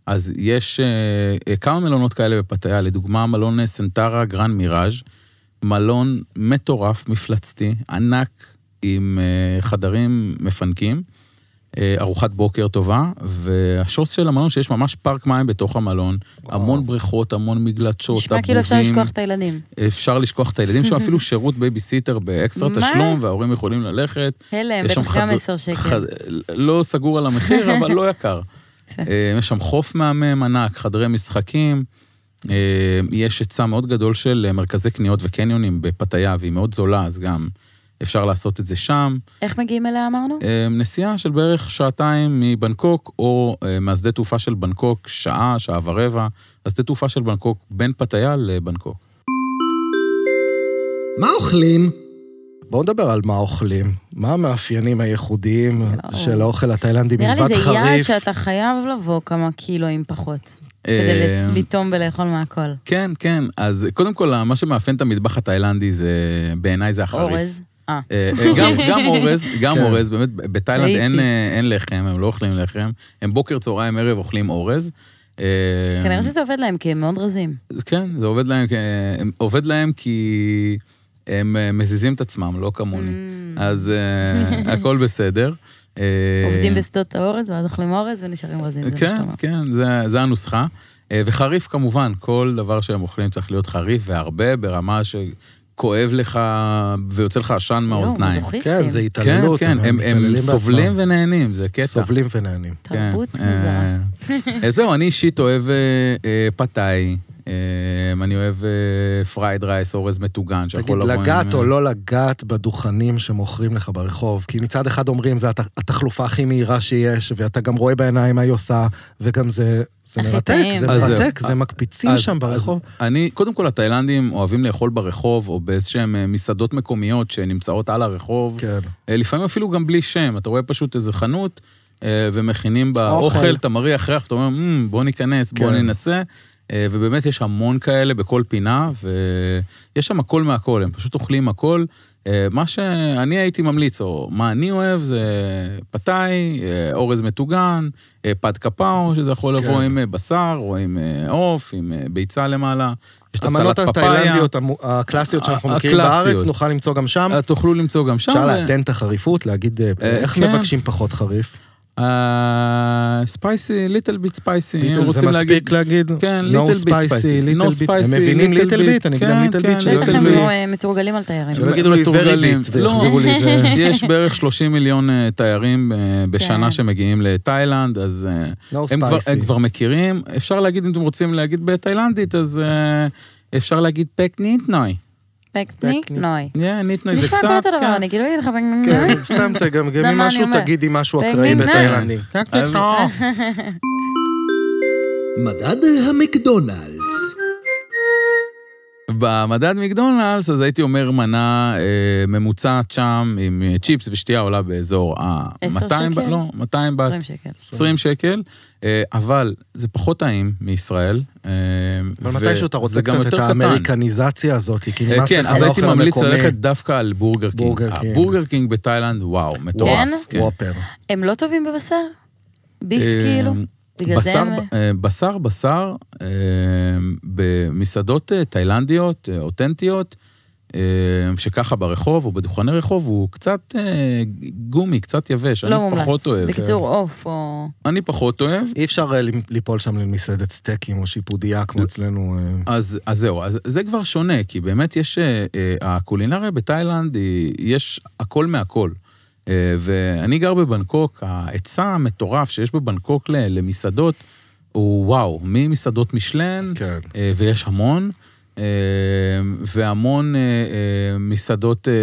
אז יש אה, כמה מלונות כאלה בפתאיה, לדוגמה מלון אה, סנטרה גרן מיראז', מלון מטורף, מפלצתי, ענק, עם אה, חדרים מפנקים. אה, ארוחת בוקר טובה, והשוס של המלון שיש ממש פארק מים בתוך המלון, המון בריכות, המון מגלצות, נשמע כאילו אפשר אבובים. לשכוח את הילדים. אפשר לשכוח את הילדים שם, אפילו שירות בייביסיטר באקסטרה מה? תשלום, וההורים יכולים ללכת. הלם, יש שם בטח גם חד- עשר שקל. חד- לא סגור על המחיר, אבל לא יקר. יפה. אה, יש שם חוף מהמם ענק, חדרי משחקים, אה, יש היצע מאוד גדול של אה, מרכזי קניות וקניונים בפתאיה, והיא מאוד זולה, אז גם אפשר לעשות את זה שם. איך מגיעים אליה אמרנו? אה, נסיעה של בערך שעתיים מבנקוק, או אה, מהשדה תעופה של בנקוק, שעה, שעה ורבע. השדה תעופה של בנקוק, בין פתאיה לבנקוק. מה אוכלים? בואו נדבר על מה אוכלים. מה המאפיינים הייחודיים של האוכל התאילנדי נראה מלבד לי זה יעד חריף? שאתה חייב לבוא כמה קילואים פחות. כדי אה, ל- לטעום ולאכול מהכל. כן, כן, אז קודם כל, מה שמאפיין את המטבח התאילנדי זה, בעיניי זה החריף. אורז. אה, אה, אה, גם, גם אורז, גם כן. אורז, באמת, בתאילנד ראיתי. אין, אה, אין לחם, הם לא אוכלים לחם. הם בוקר, צהריים, ערב אוכלים אורז. אה, כנראה שזה עובד להם, כי הם מאוד רזים. כן, זה עובד להם, כ- הם- עובד להם כי הם אה, מזיזים את עצמם, לא כמוני. Mm. אז אה, הכל בסדר. אה, עובדים בשדות האורז, ואז אוכלים אורז ונשארים רזים, זה מה כן, שאתה אומר. כן, זה- זה הנוסחה. אה, וחריף כמובן, כל דבר שהם אוכלים צריך להיות חריף, והרבה ברמה שכואב לך ויוצא לך עשן יואו, מהאוזניים. מזוכיסטים. כן, זה כן, התעללות. כן, הם- הם מתעללים סובלים בעצמם. ונהנים, זה קטע. סובלים ונהנים. כן, תרבות אה, מוזרה. אה, זהו, אני אישית אוהב אה, אה, פתאי, אה, אני אוהב אה, פרייד רייס, אורז מטוגן, תגיד, שיכול לבוא עם... לגעת או אה, לא לגעת בדוכנים שמוכרים לך ברחוב? כי מצד אחד אומרים, זו הת- התחלופה הכי מהירה שיש, ואתה גם רואה בעיניים מה היא עושה, וגם זה זה הכי מרתק, טעים. זה אז זהו. מרתק, זה אז- מקפיצים אז- שם ברחוב. אז אני, קודם כל, התאילנדים אוהבים לאכול ברחוב, או באיזשהם אה, מסעדות מקומיות שנמצאות על הרחוב. כן. אה, לפעמים אפילו גם בלי שם, אתה רואה פשוט איזו חנות, אה, ומכינים בה אוכל, אתה מריח ריח, אתה אומר, "מ, בוא ניכנס, בוא כן. ננסה. אה, ובאמת יש המון כאלה בכל פינה, ויש שם הכל מהכל, הם פשוט אוכלים הכל. אה, מה שאני הייתי ממליץ, או מה אני אוהב, זה פתאי, אה, אורז מטוגן, אה, פת קפאו, שזה יכול לבוא כן. עם אה, בשר, או עם אה, עוף, עם אה, ביצה למעלה. יש את המנות הסלט פפאיה. התאילנדיות המו- הקלאסיות שאנחנו מכירים הקלאסיות. בארץ, נוכל למצוא גם שם. אה, תוכלו למצוא גם שם. אפשר אה, לעדן את החריפות, להגיד אה, אה, איך כן. מבקשים פחות חריף. אה, ספייסי, ליטל ביט ספייסי, ליטל זה מספיק להגיד? כן, No little bit spicy, spicy. little No bit. spicy, הם מבינים little ליטל ביט, bit. אני גם כן, ליטל ביט כן, של בטח הם ליטל little ביט. לא, אה, מתורגלים על תיירים. שלא יגידו לי מתורגלים. לא. ורגלית ויחזירו לי את זה. יש בערך 30 מיליון אה, תיירים אה, כן. בשנה שמגיעים לתאילנד, אז אה, No הם כבר- spicy. הם כבר מכירים. אפשר להגיד, אם אתם רוצים להגיד בתאילנדית, אז אה, אפשר להגיד פק ניטנוי. פקניק? נוי. כן, ניטנוי זה קצת... נשמע כל אותו דבר, כן. אני כאילו אגיד לך פקניק נוי. כן, סתם זה תגמגמי מה אני משהו, אומרת. תגידי משהו תגיד כן. אקראי מה. בתאילנדים. אז- אה, מדד המקדונלדס. במדד מקדונלדס, אז הייתי אומר מנה אה, ממוצעת שם עם אה, צ'יפס ושתייה עולה באזור עשר ה-200 שקל? לא, 200 בת. 20 שקל. 20 שקל, אה, אבל זה פחות טעים מישראל. אה, אבל ו- מתישהו אתה זה רוצה גם קצת את יותר קטן. האמריקניזציה הזאת, כי אה, נמאס כן, לך על אז הייתי האוכל ממליץ לא המקומי. ללכת דווקא על בורגר קינג. בורגר קינג. הבורגר קינג בתאילנד, וואו, מטורף. כן? כן. וופר. הם לא טובים בבשר? ביף אה, כאילו? בגלל זה בשר, הם... אה, בשר, בשר, אה, במסעדות אה, תאילנדיות, אה, אותנטיות, אה, שככה ברחוב או בדוכני רחוב, הוא קצת אה, גומי, קצת יבש. לא אני מומלץ. פחות אוהב. כן. בקיצור, עוף או... אני פחות אוהב. אי אפשר אה, ליפול שם למסעדת סטייקים או שיפודייה כמו אצלנו. אה, אז, אז זהו, אז זה כבר שונה, כי באמת יש, אה, אה, הקולינריה בתאילנד, היא, יש הכל מהכל. אה, ואני גר בבנקוק, ההיצע המטורף שיש בבנקוק ל- למסעדות, הוא וואו, ממסעדות משלן, כן. אה, ויש המון, אה, והמון אה, אה, מסעדות אה,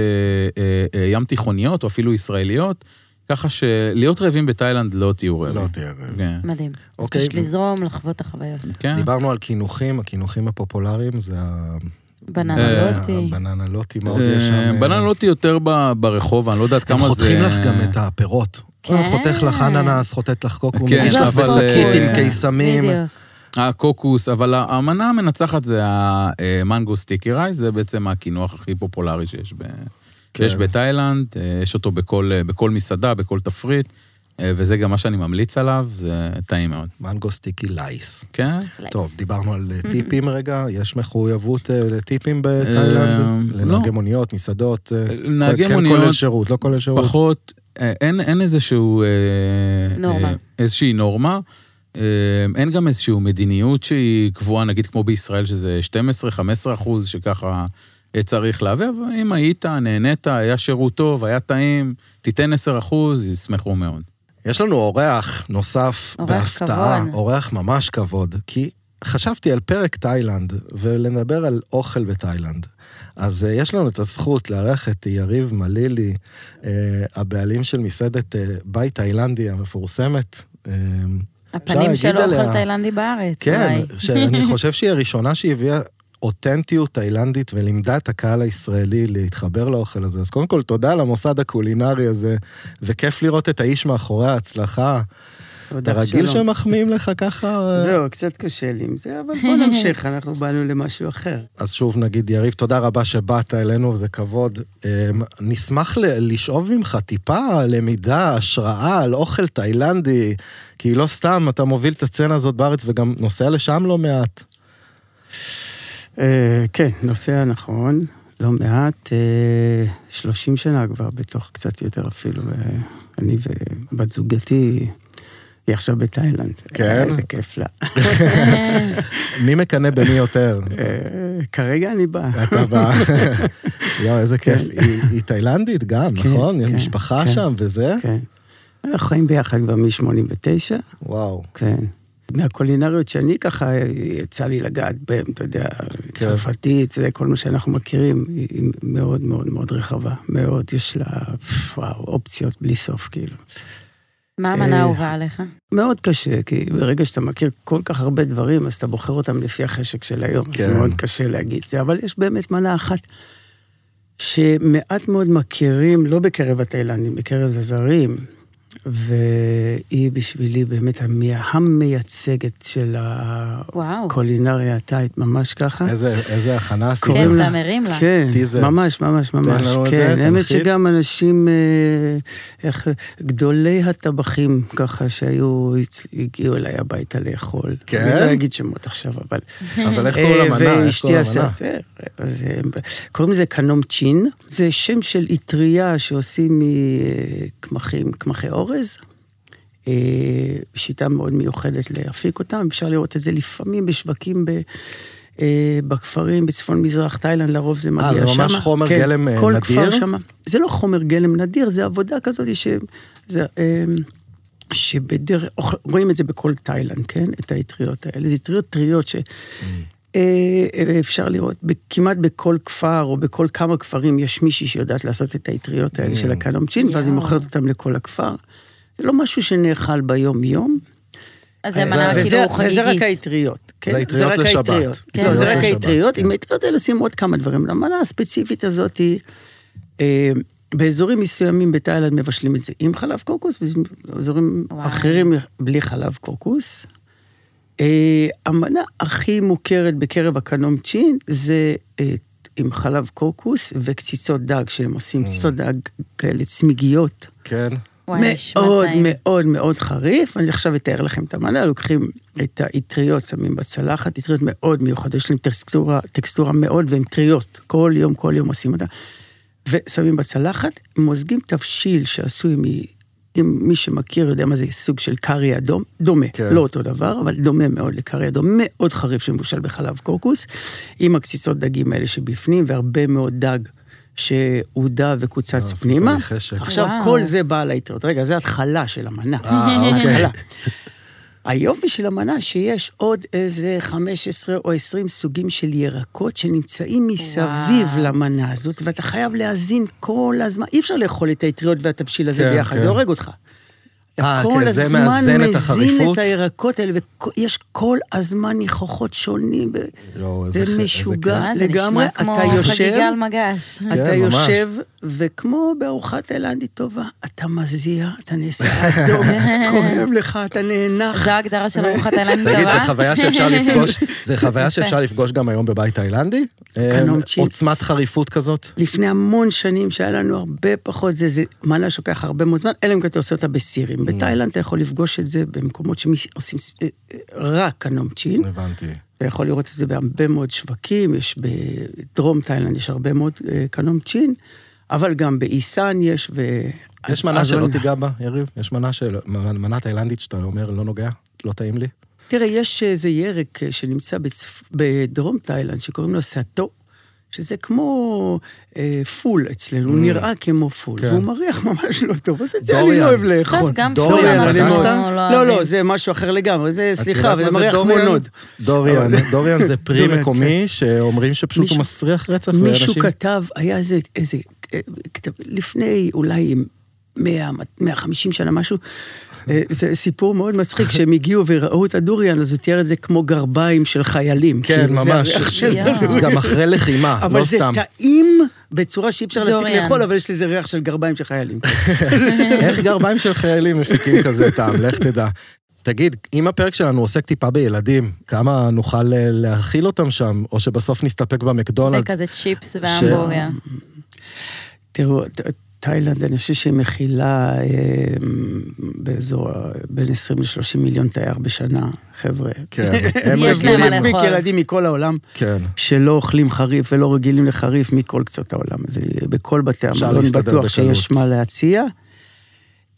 אה, אה, ים תיכוניות, או אפילו ישראליות, ככה שלהיות רעבים בתאילנד לא תהיו רעבים. לא תהיה רעב. כן, מדהים. אז אוקיי. פשוט לזרום, לחוות את החוויות. כן. דיברנו על קינוחים, הקינוחים הפופולריים זה ה- אה, בננה לא לוטי. הבננה לוטי, מה עוד יש שם? אה, אה. בננה לוטי יותר ב- ברחוב, אני לא יודעת כמה הם זה... חותכים לך גם את הפירות. כן. חותך לך אננס, חותך לך קוקו, כן, יש לך אבל, בשקית אה, עם קיסמים. בדיוק. הקוקוס, אבל המנה המנצחת זה המנגו סטיקי רייס, זה בעצם הקינוח הכי פופולרי שיש, ב... כן. שיש בתאילנד, אה, יש אותו בכל, אה, בכל מסעדה, בכל תפריט, אה, וזה גם מה שאני ממליץ עליו, זה טעים מאוד. מנגו סטיקי לייס. כן? טוב, דיברנו על אה, טיפים רגע, יש מחויבות אה, לטיפים בתאילנד? אה, לנהגי לא. מסעדות, מסעדות? אה, נהגי כן מוניות, כולל שירות, לא כולל שירות. פחות, אה, אין, אין איזשהו... אה, נורמה. אה, איזושהי נורמה. אה, אין גם איזושהי מדיניות שהיא קבועה, נגיד כמו בישראל, שזה 12-15 אחוז, שככה אה, צריך להביא, אבל אם היית, נהנית, היה שירות טוב, היה טעים, תיתן 10 אחוז, ישמחו מאוד. יש לנו אורח נוסף אורח בהפתעה, כבוד. אורח ממש כבוד, כי חשבתי על פרק תאילנד ולדבר על אוכל בתאילנד. אז אה, יש לנו את הזכות לארח את יריב מלילי, אה, הבעלים של מסעדת אה, בית תאילנדי המפורסמת. אה, אפשר הפנים להגיד של אוכל עליה- תאילנדי בארץ, כן, אולי. שאני חושב שהיא הראשונה שהביאה אותנטיות תאילנדית ולימדה את הקהל הישראלי להתחבר לאוכל הזה. אז קודם כל, תודה למוסד הקולינרי הזה, וכיף לראות את האיש מאחורי ההצלחה. אתה תודה, רגיל שלום. שמחמיאים לך ככה? זהו, קצת קשה לי עם זה, אבל בוא נמשיך, אנחנו באנו למשהו אחר. אז שוב נגיד, יריב, תודה רבה שבאת אלינו, זה כבוד. אמ, נשמח ל- לשאוב ממך טיפה למידה, השראה על אוכל תאילנדי, כי לא סתם, אתה מוביל את הסצנה הזאת בארץ וגם נוסע לשם לא מעט. אה, כן, נוסע נכון, לא מעט, אה, 30 שנה כבר, בתוך קצת יותר אפילו, אה, אני ובת זוגתי, היא עכשיו בתאילנד. כן? אה, זה כיף לה. מי מקנא במי יותר? אה, כרגע אני בא. אתה בא. יואו, איזה כיף. היא- היא תאילנדית גם, כן, נכון? יש כן, משפחה כן. שם וזה? כן. אנחנו חיים ביחד כבר מ-89. וואו. כן. מהקולינריות שאני ככה, יצא לי לגעת בהם, אתה יודע, צרפתית, זה כל מה שאנחנו מכירים, היא מאוד מאוד מאוד רחבה, מאוד, יש לה, פפ, וואו, אופציות בלי סוף, כאילו. מה המנה אה, האהובה עליך? מאוד קשה, כי ברגע שאתה מכיר כל כך הרבה דברים, אז אתה בוחר אותם לפי החשק של היום, כן. כן. זה מאוד קשה להגיד זה, אבל יש באמת מנה אחת שמעט מאוד מכירים, לא בקרב התאילנדים, בקרב הזרים, והיא בשבילי באמת המי- המייצגת של וואו. הקולינריה התאית, ממש ככה. איזה איזה הכנה עשית. קוראים כן, לה- אתה מרים לה. כן, טיזר. ממש, ממש, ממש, לנו את זה, כן. האמת תמחית. שגם אנשים, אה, איך, גדולי הטבחים, ככה, שהיו, הצ- הגיעו אליי הביתה לאכול. כן? אני לא אגיד שמות עכשיו, אבל... אבל איך קוראים אה, למנה? איך ואשתי קוראים עשה למנה? את זה. אז, אה, קוראים לזה קנום צ'ין. זה שם של אטריה שעושים מקמחים, קמחי אורז. אה, שיטה מאוד מיוחדת להפיק אותם, אפשר לראות את זה לפעמים בשווקים ב... אה, בכפרים בצפון מזרח תאילנד, לרוב זה מגיע אה, שם. זה ממש חומר גלם, אה, כל נדיר? כפר שם. זה לא חומר גלם נדיר, זה עבודה כזאת ש... זה, אה, שבדרך, אוכ- רואים את זה בכל תאילנד, כן? את האטריות האלה. זה אטריות טריות ש... אה, אה, אפשר לראות, ב- כמעט בכל כפר או בכל כמה כפרים יש מישהי שיודעת לעשות את האטריות האלה של הקלמצ'ין, ואז היא יואו. מוכרת אותם לכל הכפר. זה לא משהו שנאכל ביום-יום. אז זה מנה וזה- כאילו אה, וזה- וזה רק חגיגית. האטריות, כן? זה האטריות רק לשבת. האטריות. כן. לא, זה רק האטריות לשבת, האטריות. כן. עם האטריות האלה עושים עוד כמה דברים. למנה הספציפית הזאת היא, אה, באזורים מסוימים בתאילנד מבשלים את זה עם חלב קורקוס, באזורים וואי. אחרים בלי חלב קורקוס. אה, המנה הכי מוכרת בקרב הקנום צ'ין זה אה, עם חלב קורקוס וקציצות דג שהם עושים, Mm. קציצות דג כאלה צמיגיות. כן. וואי, נשמע מאוד טעים. מאוד מאוד חריף. אני עכשיו אתאר לכם את המנה, לוקחים את האטריות, שמים בצלחת, אטריות מאוד מיוחדות, יש להם טקסטורה, טקסטורה מאוד, והן טריות, כל יום, כל יום עושים אותה. ושמים בצלחת, מוזגים תבשיל שעשוי מ... אם מי שמכיר יודע מה זה סוג של קארי אדום, דומה, כן. כן. לא אותו דבר, אבל דומה מאוד לקארי אדום, מאוד חריף שמבושל בחלב קורקוס, עם הקציצות דגים האלה שבפנים, והרבה מאוד דג שהודה וקוצץ אה, עשית לי פנימה. חשק. עכשיו, וואו. כל זה בא על האטריות. רגע, זה התחלה של המנה. אה, אוקיי. התחלה. היופי של המנה שיש עוד איזה 15 או 20 סוגים של ירקות שנמצאים מסביב וואו. למנה הזאת, ואתה חייב להזין כל הזמן. אי אפשר לאכול את האטריות והתבשיל הזה כן, ביחד, כן. זה הורג אותך. אתה אה, כל כן, זה הזמן מאזן את מזין החריפות? את הירקות האלה, ויש כל הזמן ניחוחות שונים. ו- יואו, לא, איזה זה ח- איזה משוגע מה, זה לגמרי. נשמע אתה כמו יושב... חגיגה על מגש. אתה כן, ממש. יושב, וכמו בארוחה תאילנדית טובה, אתה מזיע, אתה נעשה אדום, כואב לך, אתה נאנח. זו ההגדרה של ארוחת תאילנד תגיד, אה? טובה. זו חוויה שאפשר לפגוש, זה חוויה שאפשר לפגוש גם היום בבית תאילנדי? קנום אה, צ'יל. עוצמת חריפות כזאת? לפני המון שנים שהיה לנו הרבה פחות זה, זה מנה שלוקח הרבה מאוד זמן, אלא אם כן אתה עושה אותה Mm. בסירים. בתאילנד אתה יכול לפגוש את זה במקומות שעושים אה, רק קנומצ'ין. הבנתי. אתה יכול לראות את זה בהרבה מאוד שווקים, יש בדרום תאילנד, יש הרבה מאוד אה, קנומצ'ין, אבל גם באיסן יש, ו... יש מנה אז- לא שלא אז- תיגע בה, יריב? יש מנה של... מנה תאילנדית שאתה אומר, לא נוגע? לא טעים לי? תראה, יש איזה ירק אה, שנמצא בצפ... בדרום תאילנד, שקוראים לו סאטו, שזה כמו אה, פול אצלנו, הוא נראה כמו פול, Mm. כן. והוא מריח ממש לא טוב, אז את זה אני דוריאן. לא אוהב לאכול. טוב, גם דוריאן, פסול אני אנחנו מאוד- לא לא, אוהבים. לא, זה משהו אחר לגמרי, זה, את סליחה, יודעת אבל מה זה זה מריח כמו דוריאן? נוד. דוריאן, דוריאן זה פרי דוריאן, כן. מקומי שאומרים שפשוט הוא מישהו- מסריח רצח מישהו ואנשים... כתב, היה איזה, איזה, אה, כתב, לפני אולי 100, 150 שנה, משהו, אה, זה סיפור מאוד מצחיק, שהם הגיעו וראו את הדוריאן, אז הוא תיאר את זה כמו גרביים של חיילים. כן, כאילו, זה ממש. הריח של יואו. הדוריאן. גם אחרי לחימה, אבל לא זה סתם. טעים בצורה שאי אפשר להפסיק דוריאן. לאכול, אבל יש לזה ריח של גרביים של חיילים. איך גרביים של חיילים מפיקים כזה טעם, לך תדע. תגיד, אם הפרק שלנו עוסק טיפה בילדים, כמה נוכל אה, להאכיל אותם שם, או שבסוף נסתפק זה במקדונלדס? כזה צ'יפס והמבורגר. תראו, ת- תאילנד, אני חושב שהיא מכילה אה, באזור ה- בין 20 ל-30 מיליון תייר בשנה, חבר'ה. כן, הם יש להם רגילים. מה מספיק לאכול. ילדים מכל העולם כן. שלא אוכלים חריף ולא רגילים לחריף מכל קצות העולם. אז אה, בכל בתי אפשר המלון להסתדר בטוח שיש בקלות. מה להציע.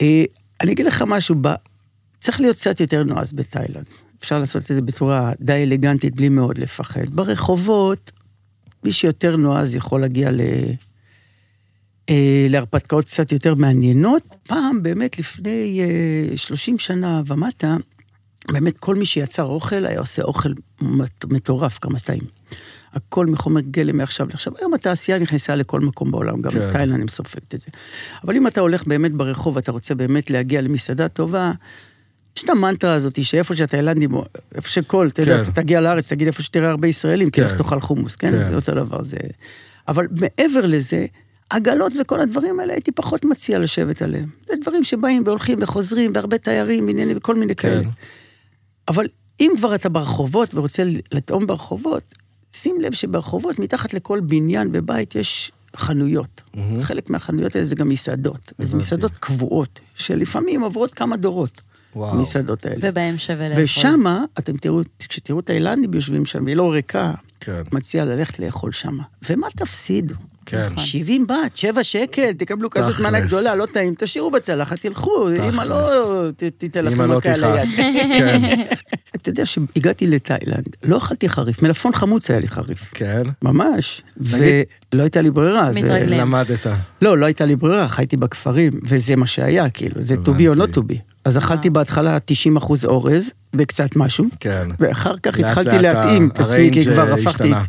אה, אני אגיד לך משהו, ב- צריך להיות קצת יותר נועז בתאילנד. אפשר לעשות את זה בצורה די אלגנטית, בלי מאוד לפחד. ברחובות, מי שיותר נועז יכול להגיע ל... אה, להרפתקאות קצת יותר מעניינות. פעם, באמת, לפני אה, 30 שנה ומטה, באמת כל מי שיצר אוכל היה עושה אוכל מט- מטורף כמה שתיים. הכל מחומר גלם מעכשיו לעכשיו. היום התעשייה נכנסה לכל מקום בעולם, גם כן. בתאילנד הם סופגת את זה. אבל אם אתה הולך באמת ברחוב ואתה רוצה באמת להגיע למסעדה טובה, יש את המנטרה הזאת, שאיפה שהתאילנדים, או איפה שכל, אתה יודע, כן. אתה תגיע לארץ, תגיד איפה שתראה הרבה ישראלים, כי כן. איך תאכל חומוס, כן? כן. זה אותו דבר, זה... אבל מעבר לזה, עגלות וכל הדברים האלה, הייתי פחות מציע לשבת עליהם. זה דברים שבאים והולכים וחוזרים, והרבה תיירים, עניינים וכל מיני כאלה. אבל אם כבר אתה ברחובות ורוצה לטעום ברחובות, שים לב שברחובות, מתחת לכל בניין בבית יש חנויות. חלק מהחנויות האלה זה גם מסעדות. אז מסעדות קבועות, שלפעמים עוברות כמה דורות. וואו. המסעדות האלה. ובהם שווה לאכול. ושמה, אתם תראו, כשתראו תאילנדים יושבים שם, היא לא ריקה, כן. מציע ללכת לאכול שמה. ומה תפסידו? כן. נכון. 70 בת, 7 שקל, תקבלו כזאת תכלס. מנה גדולה, לא טעים, תשאירו בצלחת, תלכו, אמא לא ת- תיתן אמא לכם לא מכה על תכעס. היד. כן, אתה יודע שהגעתי לתאילנד, לא אכלתי חריף, מלפון חמוץ היה לי חריף. כן. ממש. נגיד- ולא הייתה לי ברירה. אה, זה- מתרגלים. למדת. לא, לא הייתה לי ברירה, חייתי בכפרים, וזה מה שהיה, כאילו, זה to be or not to be. אז אכלתי בהתחלה 90 אחוז אורז וקצת משהו, כן. ואחר כך לאט התחלתי לאט להתאים את עצמי, כי הריינג' כבר הפכתי, השתנה.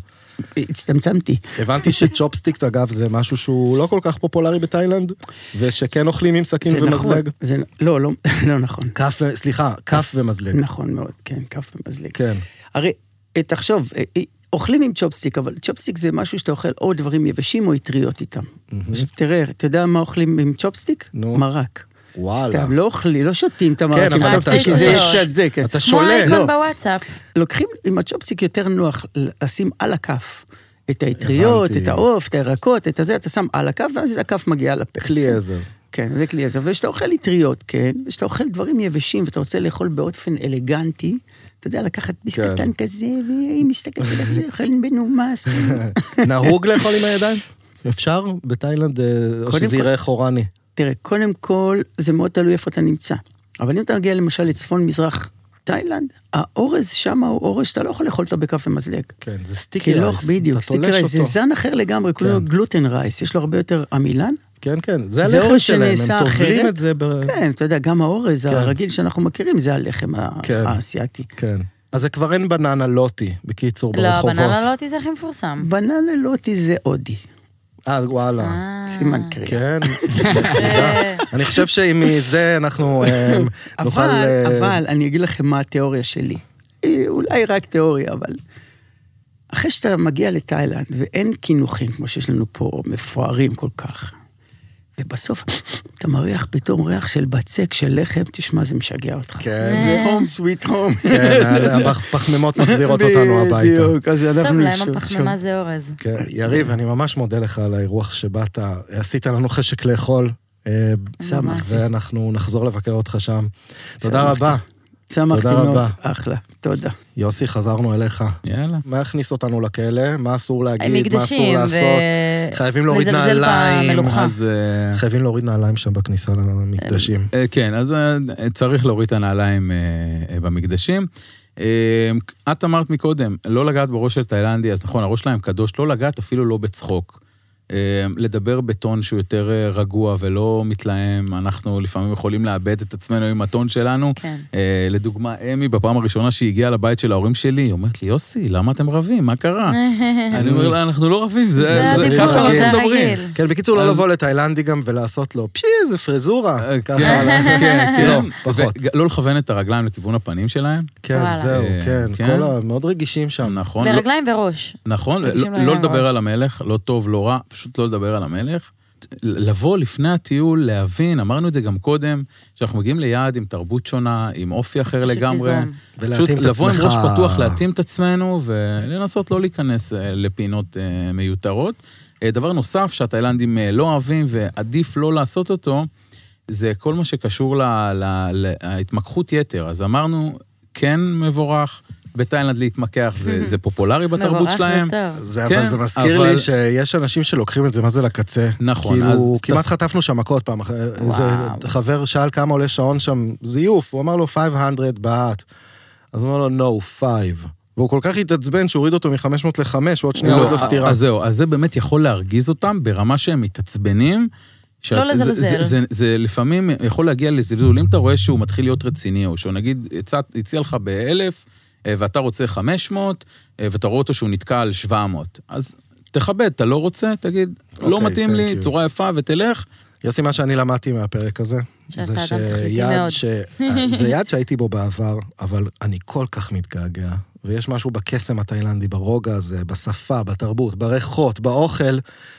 הצטמצמתי. הבנתי שצ'ופסטיקס, אגב, זה משהו שהוא לא כל כך פופולרי בתאילנד, ושכן אוכלים עם סכין זה נכון, ומזלג. זה נ- לא, לא- לא נכון. כף, ו- סליחה, כף ומזלג. נכון מאוד, כן, כף ומזלג. כן. הרי, אה, תחשוב, אה, אה, אוכלים עם צ'ופסטיק, אבל צ'ופסטיק זה משהו שאתה אוכל או דברים יבשים או אטריות איתם. עכשיו תראה, אתה יודע מה אוכלים עם צ'ופסטיק? נו. מרק. וואלה. סתם, לא אוכלים, לא שותים את המרק כן, עם אבל אתה הצ'ופסטיק, כי זה שותה. קצת זה, כן. אתה ש- כמו שולל, האייקון לא. בוואטסאפ. לוקחים עם הצ'ופסטיק יותר נוח לשים על הכף. את האטריות, הבנתי. את העוף, את הירקות, את הזה, אתה שם על הכף, ואז הכף מגיעה לפה. כלי עזר. כן, זה כלי עזר. וכשאתה אוכל אטריות, כן, וכשאתה אוכל דברים יבשים ואתה רוצה לאכול באופן אלגנטי, אתה יודע, לקחת ביס כן. קטן כזה, והיא מסתכלת עליך, אוכלים בנומס. נהוג לאכול עם הידיים? אפשר? בתאילנד, אה, או קודם שזה כל- יראה חורני. תראה, קודם כל, זה מאוד תלוי איפה אתה נמצא. אבל אם אתה מגיע למשל לצפון-מזרח תאילנד, האורז שם הוא אורז שאתה לא יכול לאכול אותו בכף ומזלג. כן, זה סטיקי כי לא, רייס. בדיוק, אתה תולש סטיקר רייס, זה אותו. זן אחר לגמרי, קוראים לו גלוטן רייס, יש לו הרבה יותר עמילן. כן, כן, זה זה הלחם אורז שלהם, שנעשה הם טובלים אחרת. את זה ב... כן, אתה יודע, גם האורז כן. הרגיל שאנחנו מכירים, זה הלחם ה- כן. האסייתי. כן. אז זה כבר אין בננה לוטי, בקיצור, לא, ברחובות. בננה לוטי זה הכי מפורסם. בננה לוטי זה הודי, אה, וואלה. אה, סימן קריאה. כן. לא, אני חושב שאם מזה אנחנו אה, נוכל... אבל, אה, אבל, אני אגיד לכם מה התיאוריה שלי. אה, אולי רק תיאוריה, אבל... אחרי שאתה מגיע לתאילנד, ואין קינוחים כמו שיש לנו פה, מפוארים כל כך, ובסוף אתה מריח פתאום ריח של בצק, של לחם, תשמע, זה משגע אותך. כן. אה. זה הום סוויט הום. כן, הפחמימות מחזירות אותנו הביטה. בדיוק, אז אנחנו... טוב, להם שוב- הפחמימה זה אורז. כן, יריב, אני ממש מודה לך על האירוח שבאת, עשית לנו חשק לאכול. אה, שמח. ואנחנו נחזור לבקר אותך שם. תודה שמחתי. רבה. שוב. שמחתי תודה רבה. מאוד, אחלה, תודה. יוסי, חזרנו אליך. יאללה. מה יכניס אותנו לכלא? מה אסור להגיד? מה אסור מקדשים, לעשות? ו- חייבים להוריד לזלזל נעליים. במלוכה. אז... אה, חייבים להוריד נעליים שם בכניסה למקדשים. אה, כן, אז אה, צריך להוריד את הנעליים אה, אה, במקדשים. אה, את אמרת מקודם, לא לגעת בראש של תאילנדי, אז נכון, הראש שלהם קדוש, לא לגעת אפילו לא בצחוק. אה, לדבר בטון שהוא יותר אה, רגוע ולא מתלהם, אנחנו לפעמים יכולים לאבד את עצמנו עם הטון שלנו. כן. אה, לדוגמה, אמי, בפעם הראשונה שהיא הגיעה לבית של ההורים שלי, היא אומרת לי, יוסי, למה אתם רבים? מה קרה? אני אומר לה, אנחנו לא רבים, זה זה זה- הדיבור, ככה זה אנחנו מדברים. הרגיל. כן, בקיצור, לא אז- לבוא לתאילנדי גם ולעשות לו, פשי, איזה פרזורה. אה, ככה, כן, כן, לא, כן. פחות. וג- לא לכוון את הרגליים לכיוון הפנים שלהם. כן, וואלה. זהו, אה, כן. כן. כל ה... מאוד רגישים שם. נכון. לא- לרגליים וראש. נכון, מרגישים לא- לעניין לא לדבר ממש. על המלך, לא טוב, לא רע, פשוט לא לדבר על המלך. לבוא לפני הטיול, להבין, אמרנו את זה גם קודם, שאנחנו מגיעים ליעד עם תרבות שונה, עם אופי אחר פשוט לגמרי. ליזום. ולהתאים את לבוא עם עצמך. ראש פתוח, להתאים את עצמנו ולנסות לא להיכנס אה, לפינות אה, מיותרות. אה, דבר נוסף שהתאילנדים אה, לא אוהבים ועדיף לא לעשות אותו, זה כל מה שקשור ל- ל- להתמקחות יתר. אז אמרנו, כן מבורך, בתאילנד להתמקח, זה, זה פופולרי בתרבות מבורך שלהם. זה טוב. זה, אבל כן, זה מזכיר אבל- לי שיש אנשים שלוקחים את זה, מה זה לקצה? נכון, כאילו, אז כמעט תס- חטפנו שם מכות פעם. אחת. איזה חבר שאל כמה עולה שעון שם, זיוף, הוא אמר לו 500 בעט. אז הוא אמר לו, no, 5. והוא כל כך התעצבן שהוא הוריד אותו מ-500 ל-5, הוא עוד שנייה לא, עוד לו סטירה. אז זהו, אז זה באמת יכול להרגיז אותם ברמה שהם מתעצבנים. שאת- לא זה- לזלזל. זה- זה- זה לפעמים יכול להגיע לזלזול, אם אתה רואה שהוא מתחיל להיות רציני, או שהוא נגיד הצע- הציע לך באלף, אה, ואתה רוצה 500, אה, ואתה רואה אותו שהוא נתקע על 700. אז תכבד, אתה לא רוצה, תגיד, לא אוקיי, מתאים לי, thank you." צורה יפה, ותלך. יוסי, מה שאני למדתי מהפרק הזה, שאתה זה אדם תכליתי שיעד, מאוד. ש... אה, זה יעד שהייתי בו בעבר, אבל אני כל כך מתגעגע. ויש משהו בקסם התאילנדי, ברוגע הזה, בשפה, בתרבות, בריחות, באוכל,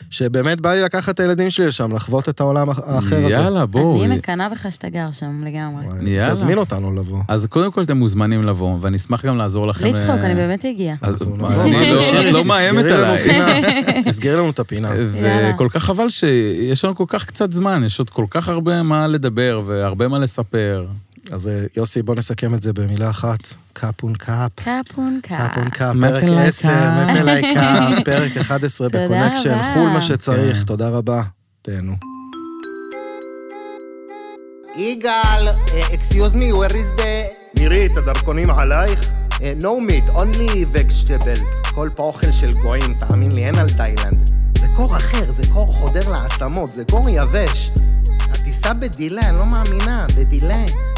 שבאמת בא לי לקחת את הילדים שלי לשם, לחוות את העולם האח- האחר הזה. יאללה, בואו. אני מקנאה בך שאתה גר שם לגמרי. וואי, יאללה. תזמין אותנו לבוא. אז קודם כל אתם מוזמנים לבוא, ואני אשמח גם לעזור לכם. בלי צחוק, אה, אני באמת אגיע. אז- אנחנו מה, אני נבוא. לא- את לא מאיימת תסגרי לנו עליי. פינה, תסגרי לנו את הפינה. יאללה. וכל כך חבל שיש לנו כל כך קצת זמן, יש עוד כל כך הרבה מה לדבר והרבה מה לספר. אז אה, יוסי, בוא נסכם את זה במילה אחת. קאפון קאפ. קפונקה. קפונקה, פרק מפלאיקה. 10, מפלאיקה, פרק 11 תודה בקונקשן, רבה. חול מה שצריך, תודה רבה, תהנו. יגאל, אקסיוז מי, where is the... מירי, את הדרכונים עלייך? No meat, only vegetables. כל פה אוכל של גויים, תאמין לי, אין על תאילנד. זה קור אחר, זה קור חודר לעצמות, זה קור יבש. הטיסה בדילה, אני לא מאמינה, בדילה.